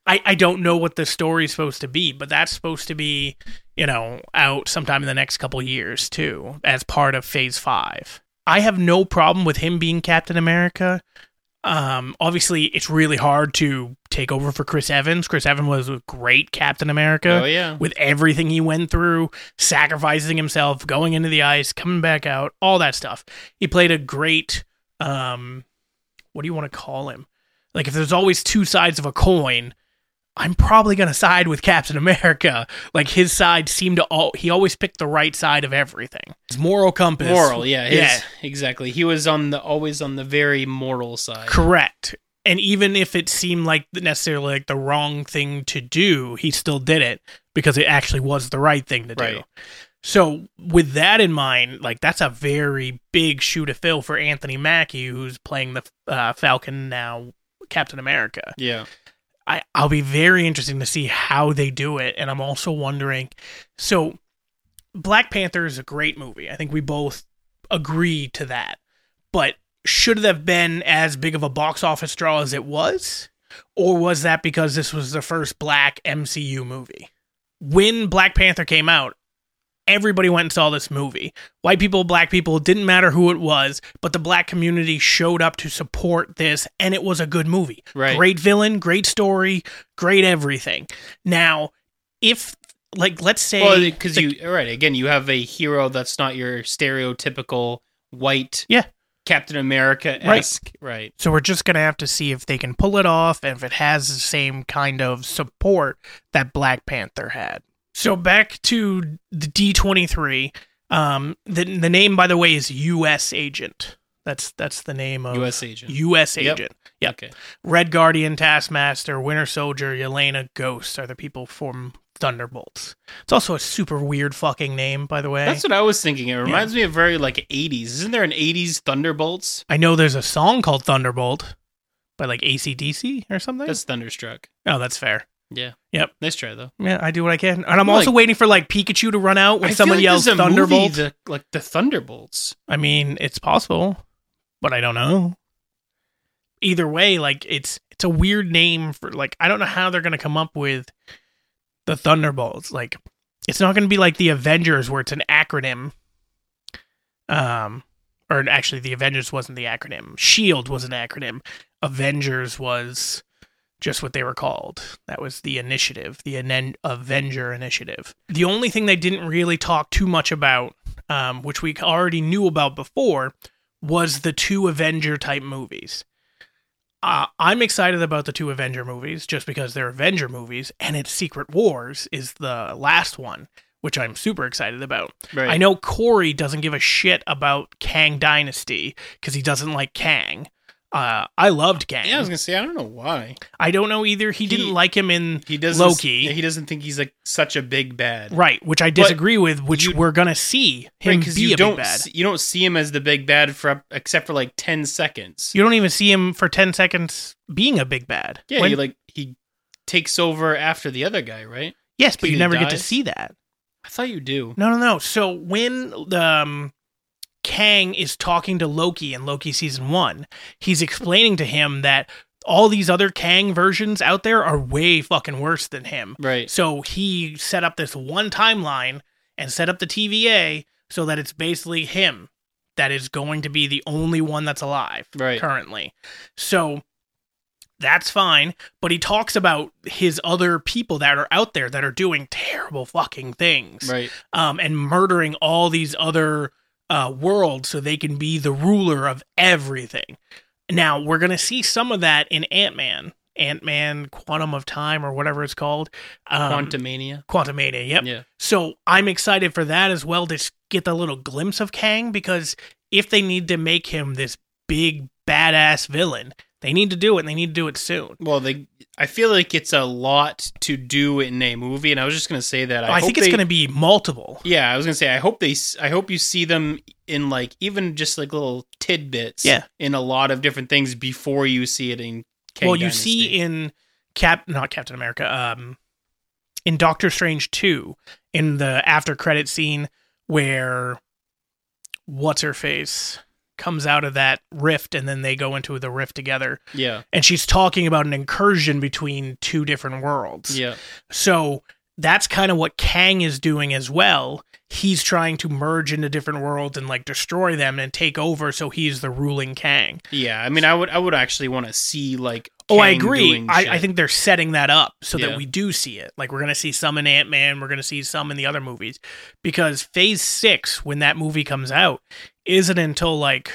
Speaker 1: I, I don't know what the story's supposed to be, but that's supposed to be, you know, out sometime in the next couple years too, as part of Phase Five. I have no problem with him being Captain America. Um, obviously, it's really hard to take over for Chris Evans. Chris Evans was a great Captain America
Speaker 2: Oh yeah.
Speaker 1: with everything he went through, sacrificing himself, going into the ice, coming back out, all that stuff. He played a great um what do you want to call him? Like if there's always two sides of a coin, I'm probably going to side with Captain America. Like his side seemed to all he always picked the right side of everything. His moral compass.
Speaker 2: Moral, yeah, his-
Speaker 1: Yeah.
Speaker 2: exactly. He was on the always on the very moral side.
Speaker 1: Correct. And even if it seemed like necessarily like the wrong thing to do, he still did it because it actually was the right thing to do.
Speaker 2: Right.
Speaker 1: So with that in mind, like that's a very big shoe to fill for Anthony Mackie, who's playing the uh, Falcon now, Captain America.
Speaker 2: Yeah,
Speaker 1: I I'll be very interesting to see how they do it, and I'm also wondering. So, Black Panther is a great movie. I think we both agree to that, but should it have been as big of a box office draw as it was, or was that because this was the first Black MCU movie? When Black Panther came out. Everybody went and saw this movie. White people, black people, didn't matter who it was, but the black community showed up to support this, and it was a good movie.
Speaker 2: right.
Speaker 1: Great villain, great story, great everything. Now, if like let's say
Speaker 2: Well, because
Speaker 1: the-
Speaker 2: you all right again, you have a hero that's not your stereotypical white,
Speaker 1: Yeah.
Speaker 2: Captain America esque, right.
Speaker 1: so we're just gonna have to see if they can pull it off and if it has the same kind of support that Black Panther had. So back to the D twenty three. Um the the name by the way is US agent. That's that's the name of
Speaker 2: U.S. agent.
Speaker 1: US
Speaker 2: Yep.
Speaker 1: agent. Yep.
Speaker 2: Okay,
Speaker 1: Red Guardian, Taskmaster, Winter Soldier, Yelena, Ghost are the people from Thunderbolts. It's also a super weird fucking name, by the way.
Speaker 2: that's what I was thinking. It reminds me of very like '80s. Isn't there an '80s Thunderbolts?
Speaker 1: I know there's a song called Thunderbolt by like ACDC or something.
Speaker 2: That's Thunderstruck.
Speaker 1: oh, that's fair.
Speaker 2: Yeah.
Speaker 1: Yep.
Speaker 2: Nice try though.
Speaker 1: Yeah, I do what I can. And I'm
Speaker 2: Like-
Speaker 1: also waiting for like Pikachu to run out when
Speaker 2: I feel
Speaker 1: someone
Speaker 2: like
Speaker 1: yells
Speaker 2: there's a movie
Speaker 1: Thunderbolt.
Speaker 2: that- like the Thunderbolts.
Speaker 1: I mean, it's possible, but I don't know. Either way, like it's it's a weird name for like I don't know how they're gonna come up with the Thunderbolts. Like it's not gonna be like the Avengers where it's an acronym. Um or actually the Avengers wasn't the acronym. Shield E was an acronym. Avengers was just what they were called. That was the initiative, the Anen- Avenger initiative. The only thing they didn't really talk too much about um, which we already knew about before, was the two Avenger type movies. uh, I'm excited about the two Avenger movies just because they're Avenger movies, and it's Secret Wars is the last one, which I'm super excited about.
Speaker 2: Right.
Speaker 1: I know Corey doesn't give a shit about Kang Dynasty because he doesn't like Kang. Uh, I loved Kang.
Speaker 2: Yeah, I was gonna say I don't know why
Speaker 1: I don't know either. He, didn't like him in
Speaker 2: he doesn't.
Speaker 1: Loki.
Speaker 2: yeah, He doesn't think he's like such a big bad.
Speaker 1: right, which I disagree with. Which
Speaker 2: you-
Speaker 1: we're gonna see him
Speaker 2: Because
Speaker 1: be
Speaker 2: you
Speaker 1: a
Speaker 2: don't
Speaker 1: big bad.
Speaker 2: See, you don't see him as the big bad for up- except for like ten seconds.
Speaker 1: you don't even see him for ten seconds being a big bad.
Speaker 2: yeah,
Speaker 1: When-
Speaker 2: he like he takes over after the other guy, right?
Speaker 1: yes, but you
Speaker 2: he
Speaker 1: never get to
Speaker 2: dies?
Speaker 1: see that.
Speaker 2: I thought you do.
Speaker 1: No, no, no. So when um, Kang is talking to Loki in Loki season one, he's explaining to him that all these other Kang versions out there are way fucking worse than him.
Speaker 2: Right.
Speaker 1: So he set up this one timeline and set up the TVA so that it's basically him that is going to be the only one that's alive
Speaker 2: Right.
Speaker 1: currently. So that's fine, but he talks about his other people that are out there that are doing terrible fucking things
Speaker 2: Right.
Speaker 1: um, and murdering all these other uh, worlds so they can be the ruler of everything. Now, we're going to see some of that in Ant Man, Ant Man Quantum of Time, or whatever it's called. Um,
Speaker 2: Quantumania.
Speaker 1: Quantumania, yep.
Speaker 2: Yeah.
Speaker 1: So I'm excited for that as well to s- get the little glimpse of Kang because if they need to make him this big badass villain, they need to do it and they need to do it soon.
Speaker 2: Well, they. I feel like it's a lot to do in a movie, and I was just gonna say that. I,
Speaker 1: Oh, I,
Speaker 2: hope
Speaker 1: think it's
Speaker 2: they-
Speaker 1: going to be multiple.
Speaker 2: Yeah, I was gonna say. I hope they. s- I hope you see them in like even just like little tidbits.
Speaker 1: Yeah.
Speaker 2: In a lot of different things before you see it in. Kang
Speaker 1: well, you
Speaker 2: Dynasty.
Speaker 1: see in Cap, not Captain America, um, in Doctor Strange two, in the after credit scene where what's her face comes out of that rift and then they go into the rift together
Speaker 2: Yeah.
Speaker 1: and she's talking about an incursion between two different worlds.
Speaker 2: Yeah.
Speaker 1: So that's kind of what Kang is doing as well. He's trying to merge into different worlds and like destroy them and take over so he's the ruling Kang.
Speaker 2: Yeah. I mean, I would. I would actually want to see like.
Speaker 1: Oh, I
Speaker 2: Kang
Speaker 1: agree.
Speaker 2: doing
Speaker 1: I, I
Speaker 2: shit.
Speaker 1: think they're setting that up so
Speaker 2: Yeah.
Speaker 1: that we do see it. Like we're gonna see some in Ant Man, we're gonna see some in the other movies. Because phase six, when that movie comes out, isn't until like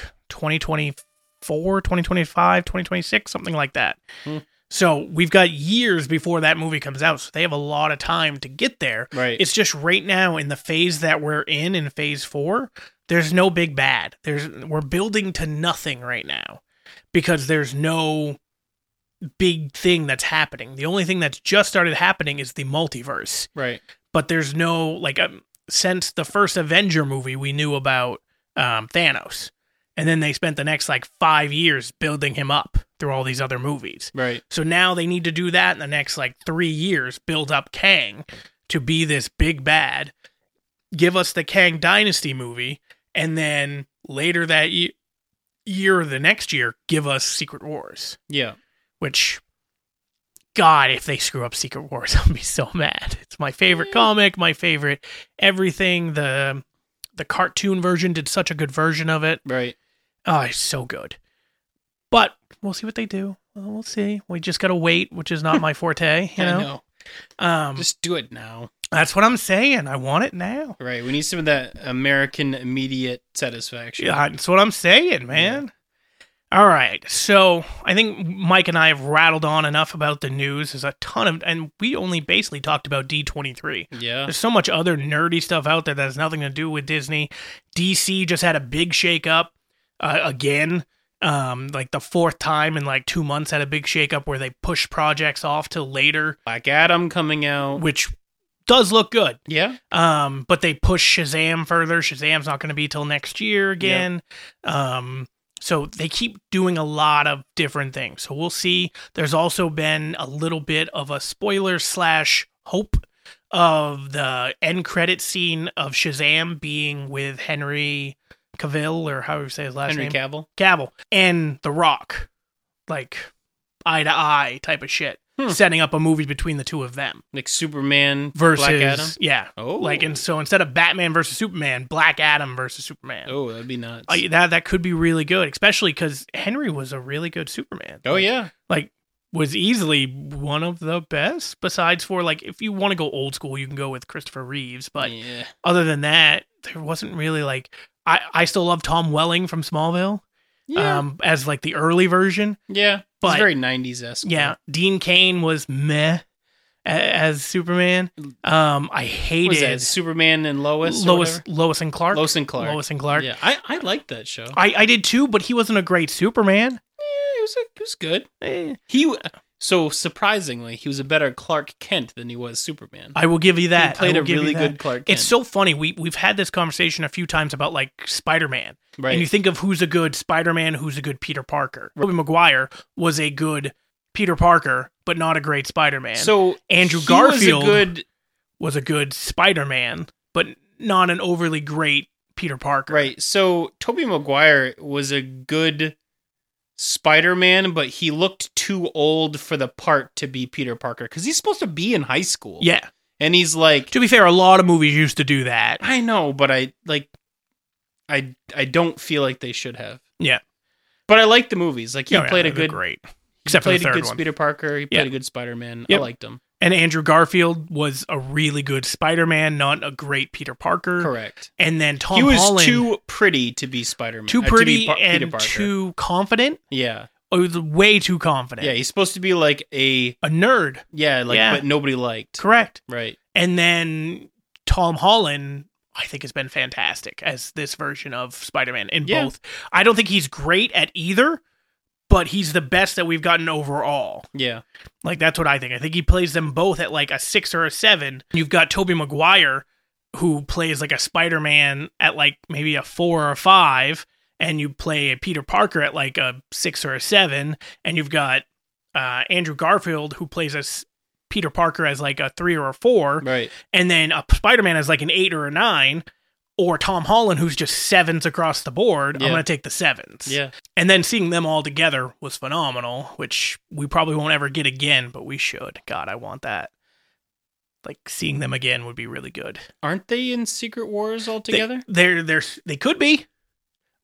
Speaker 1: 2024, 2025, 2026, something like that.
Speaker 2: Hmm.
Speaker 1: So we've got years before that movie comes out, so they have a lot of time to get there.
Speaker 2: Right.
Speaker 1: It's just right now in the phase that we're in, in phase four, there's no big bad. There's we're building to nothing right now because there's no big thing that's happening. The only thing that's just started happening is the multiverse,
Speaker 2: right.
Speaker 1: but there's no like um, since the first Avenger movie we knew about um, Thanos, and then they spent the next like five years building him up through all these other movies.
Speaker 2: Right.
Speaker 1: So now they need to do that in the next like three years, build up Kang to be this big bad, give us the Kang Dynasty movie, and then later that ye- year or the next year, give us Secret Wars,
Speaker 2: Yeah.
Speaker 1: which. God, if they screw up Secret Wars, I'll be so mad. It's my favorite comic, my favorite everything. The the cartoon version did such a good version of it.
Speaker 2: Right.
Speaker 1: Oh, it's so good. But we'll see what they do. Well, We'll see. We just gotta wait, which is not my forte. You know,
Speaker 2: I know.
Speaker 1: Um,
Speaker 2: Just do it now.
Speaker 1: that's what I'm saying. I want it now.
Speaker 2: Right. We need some of that American immediate satisfaction.
Speaker 1: Yeah, that's what I'm saying, man. All right, so I think Mike and I have rattled on enough about the news. There's a ton of, and we only basically talked about D23.
Speaker 2: Yeah.
Speaker 1: There's so much other nerdy stuff out there that has nothing to do with Disney. DC just had a big shakeup uh, again, um, like the fourth time in like two months had a big shakeup where they pushed projects off till later,
Speaker 2: Black Adam coming out.
Speaker 1: which does look good.
Speaker 2: Yeah.
Speaker 1: Um, but they push Shazam further. Shazam's not going to be till next year again. Um, so they keep doing a lot of different things. So we'll see. There's also been a little bit of a spoiler slash hope of the end credit scene of Shazam being with Henry Cavill or however you say his last
Speaker 2: Henry
Speaker 1: name,
Speaker 2: Cavill.
Speaker 1: Cavill, and The Rock, like eye to eye type of shit,
Speaker 2: Hmm.
Speaker 1: setting up a movie between the two of them
Speaker 2: Like Superman
Speaker 1: versus
Speaker 2: Black Adam.
Speaker 1: yeah,
Speaker 2: Oh.
Speaker 1: like and so instead of Batman versus Superman, Black Adam versus Superman.
Speaker 2: Oh, that'd be nuts.
Speaker 1: I- that that could be really good, especially because Henry was a really good Superman.
Speaker 2: oh yeah.
Speaker 1: like was easily one of the best. Besides for like, if you want to go old school, you can go with Christopher Reeves. But
Speaker 2: yeah.
Speaker 1: other than that, there wasn't really like I I still love Tom Welling from Smallville.
Speaker 2: Yeah.
Speaker 1: um, as like the early version.
Speaker 2: yeah.
Speaker 1: but-
Speaker 2: it's very 90s esque.
Speaker 1: Yeah, Dean Kane was meh a- as Superman. Um, I
Speaker 2: What was
Speaker 1: hated
Speaker 2: that? Superman and Lois? or
Speaker 1: Lois
Speaker 2: whatever?
Speaker 1: Lois and Clark.
Speaker 2: Lois and Clark.
Speaker 1: Lois and Clark.
Speaker 2: Yeah. I, I liked that show. Yeah,
Speaker 1: I, I did too, but he wasn't a great Superman.
Speaker 2: it, was, it was good.
Speaker 1: Eh,
Speaker 2: He. So surprisingly, he was a better Clark Kent than he was Superman.
Speaker 1: I will give you that. I
Speaker 2: he played
Speaker 1: will
Speaker 2: a
Speaker 1: give you
Speaker 2: really
Speaker 1: that.
Speaker 2: good Clark Kent.
Speaker 1: It's so funny. We we've had this conversation a few times about like Spider Man,
Speaker 2: right.
Speaker 1: and you think of who's a good Spider Man, who's a good Peter Parker. Robin McGuire was a good Peter Parker, but not a great Spider Man.
Speaker 2: so
Speaker 1: Andrew
Speaker 2: he
Speaker 1: Garfield-
Speaker 2: was a good
Speaker 1: was a good Spider Man, but not an overly great Peter Parker.
Speaker 2: Right. So Toby Maguire was a good Spider-Man, but he looked too old for the part to be Peter Parker cuz he's supposed to be in high school.
Speaker 1: Yeah.
Speaker 2: And he's like
Speaker 1: To be fair, a lot of movies used to do that.
Speaker 2: I know, but I like I I don't feel like they should have.
Speaker 1: Yeah. Oh,
Speaker 2: But I like the movies. Like he
Speaker 1: Yeah,
Speaker 2: played
Speaker 1: yeah,
Speaker 2: a
Speaker 1: they're
Speaker 2: good
Speaker 1: great.
Speaker 2: he
Speaker 1: Except for the
Speaker 2: played
Speaker 1: third
Speaker 2: a good
Speaker 1: one.
Speaker 2: Peter Parker, he
Speaker 1: Yeah.
Speaker 2: played a good Spider-Man.
Speaker 1: Yep.
Speaker 2: I liked him.
Speaker 1: And Andrew Garfield was a really good Spider Man, not a great Peter Parker.
Speaker 2: Correct.
Speaker 1: And then Tom
Speaker 2: he was
Speaker 1: Holland,
Speaker 2: too pretty to be Spider-Man.
Speaker 1: too
Speaker 2: uh, to be
Speaker 1: pretty
Speaker 2: Pa- Peter
Speaker 1: and
Speaker 2: Parker.
Speaker 1: too confident.
Speaker 2: Yeah.
Speaker 1: Oh, he was way too confident.
Speaker 2: Yeah, he's supposed to be like a
Speaker 1: a nerd.
Speaker 2: yeah, like
Speaker 1: Yeah.
Speaker 2: but nobody liked.
Speaker 1: Correct.
Speaker 2: Right.
Speaker 1: And then Tom Holland, I think, has been fantastic as this version of Spider Man in
Speaker 2: Yeah.
Speaker 1: both. I don't think he's great at either, but he's the best that we've gotten overall.
Speaker 2: Yeah.
Speaker 1: Like, that's what I think. I think he plays them both at like a six or a seven. You've got Tobey Maguire, who plays like a Spider Man at like maybe a four or a five, and you play a Peter Parker at like a six or a seven, and you've got uh, Andrew Garfield, who plays a s- Peter Parker as like a three or a four
Speaker 2: Right.
Speaker 1: and then a Spider-Man is like an eight or a nine, or Tom Holland who's just sevens across the board.
Speaker 2: Yeah.
Speaker 1: I'm gonna take the sevens.
Speaker 2: Yeah.
Speaker 1: And then seeing them all together was phenomenal, which we probably won't ever get again, but we should. God, I want that. Like seeing them again would be really good.
Speaker 2: Aren't they in Secret Wars all
Speaker 1: They-
Speaker 2: together?
Speaker 1: They're they're they could be.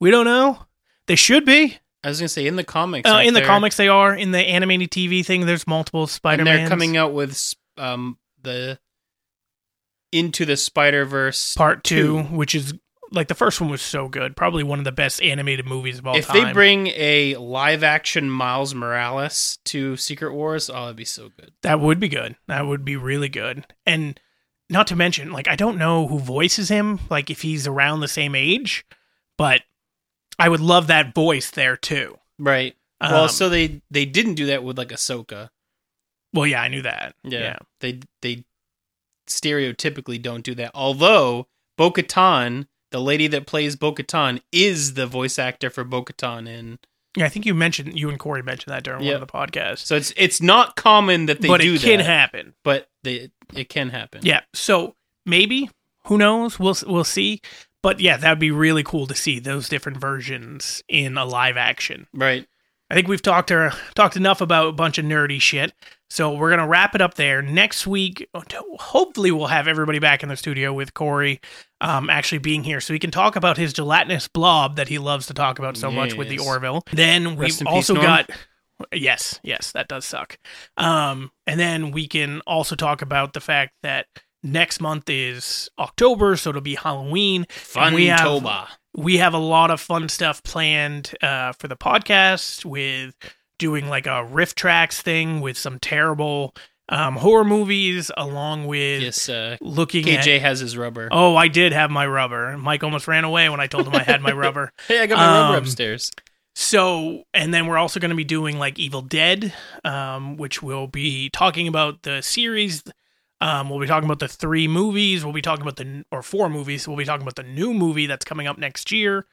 Speaker 1: We don't know. They should be.
Speaker 2: I was gonna say in the comics.
Speaker 1: Uh,
Speaker 2: aren't
Speaker 1: in the
Speaker 2: there-
Speaker 1: comics, they are. In the animated TV thing, there's multiple
Speaker 2: and
Speaker 1: Spider-Man.
Speaker 2: they're coming out with s- um the Into the Spider Verse.
Speaker 1: part
Speaker 2: two.
Speaker 1: two, which is like the first one was so good, probably one of the best animated movies of all
Speaker 2: If
Speaker 1: time.
Speaker 2: they bring a live action Miles Morales to Secret Wars, oh, that'd be so good.
Speaker 1: That would be good. That would be really good. And not to mention, like, I don't know who voices him, like, if he's around the same age, but I would love that voice there too.
Speaker 2: Right.
Speaker 1: Um,
Speaker 2: well, so they they didn't do that with like Ahsoka.
Speaker 1: well, yeah, I knew that.
Speaker 2: Yeah. They they stereotypically don't do that. Although Bo Katan, the lady that plays Bo Katan, is the voice actor for Bo Katan in
Speaker 1: Yeah, I think you mentioned, you and Corey mentioned that during
Speaker 2: Yeah.
Speaker 1: one of the podcasts.
Speaker 2: So it's it's not common that they
Speaker 1: but
Speaker 2: do
Speaker 1: it can
Speaker 2: that,
Speaker 1: happen.
Speaker 2: but they it can happen.
Speaker 1: Yeah. So maybe, who knows? We'll, we'll see. But yeah, that'd be really cool to see those different versions in a live action.
Speaker 2: right.
Speaker 1: I think we've talked or talked enough about a bunch of nerdy shit. So we're gonna wrap it up there. Next week, hopefully, we'll have everybody back in the studio with Corey um, actually being here, so he can talk about his gelatinous blob that he loves to talk about so much with the
Speaker 2: Yes.
Speaker 1: Orville. Then we've
Speaker 2: Rest in peace,
Speaker 1: also
Speaker 2: Norm.
Speaker 1: got. Yes, yes, that does suck. Um, and then we can also talk about the fact that next month is October, so it'll be Halloween
Speaker 2: Fun
Speaker 1: we have-
Speaker 2: Toba.
Speaker 1: we have a lot of fun stuff planned uh, for the podcast with doing like a riff tracks thing with some terrible um, horror movies along with
Speaker 2: Yes, uh,
Speaker 1: looking at
Speaker 2: KJ has his rubber.
Speaker 1: oh i did have my rubber mike almost ran away when i told him i had my rubber
Speaker 2: Hey, I got my rubber
Speaker 1: um,
Speaker 2: upstairs.
Speaker 1: so and then we're also going to be doing like evil dead um, which we'll be talking about the series um, we'll be talking about the three movies we'll be talking about the or four movies we'll be talking about the new movie that's coming up next year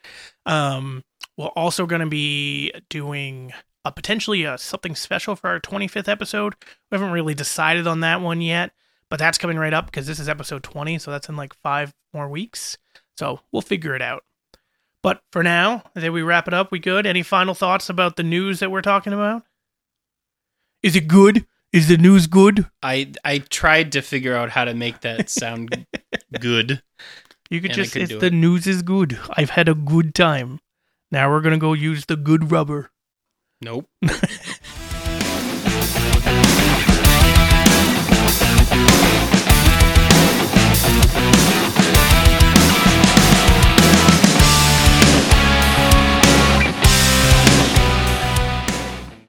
Speaker 1: um, we're also going to be doing a potentially uh something special for our 25th episode. We haven't really decided on that one yet, but that's coming right up because this is episode 20, so that's in like five more weeks. So we'll figure it out. But for now, I think we wrap it up. We good? Any final thoughts about the news that we're talking about? Is it good? Is the news good?
Speaker 2: I I tried to figure out how to make that sound good.
Speaker 1: You could
Speaker 2: And I
Speaker 1: just
Speaker 2: could
Speaker 1: it's
Speaker 2: do
Speaker 1: the
Speaker 2: it.
Speaker 1: news is good. I've had a good time. Now we're gonna go use the good rubber.
Speaker 2: Nope.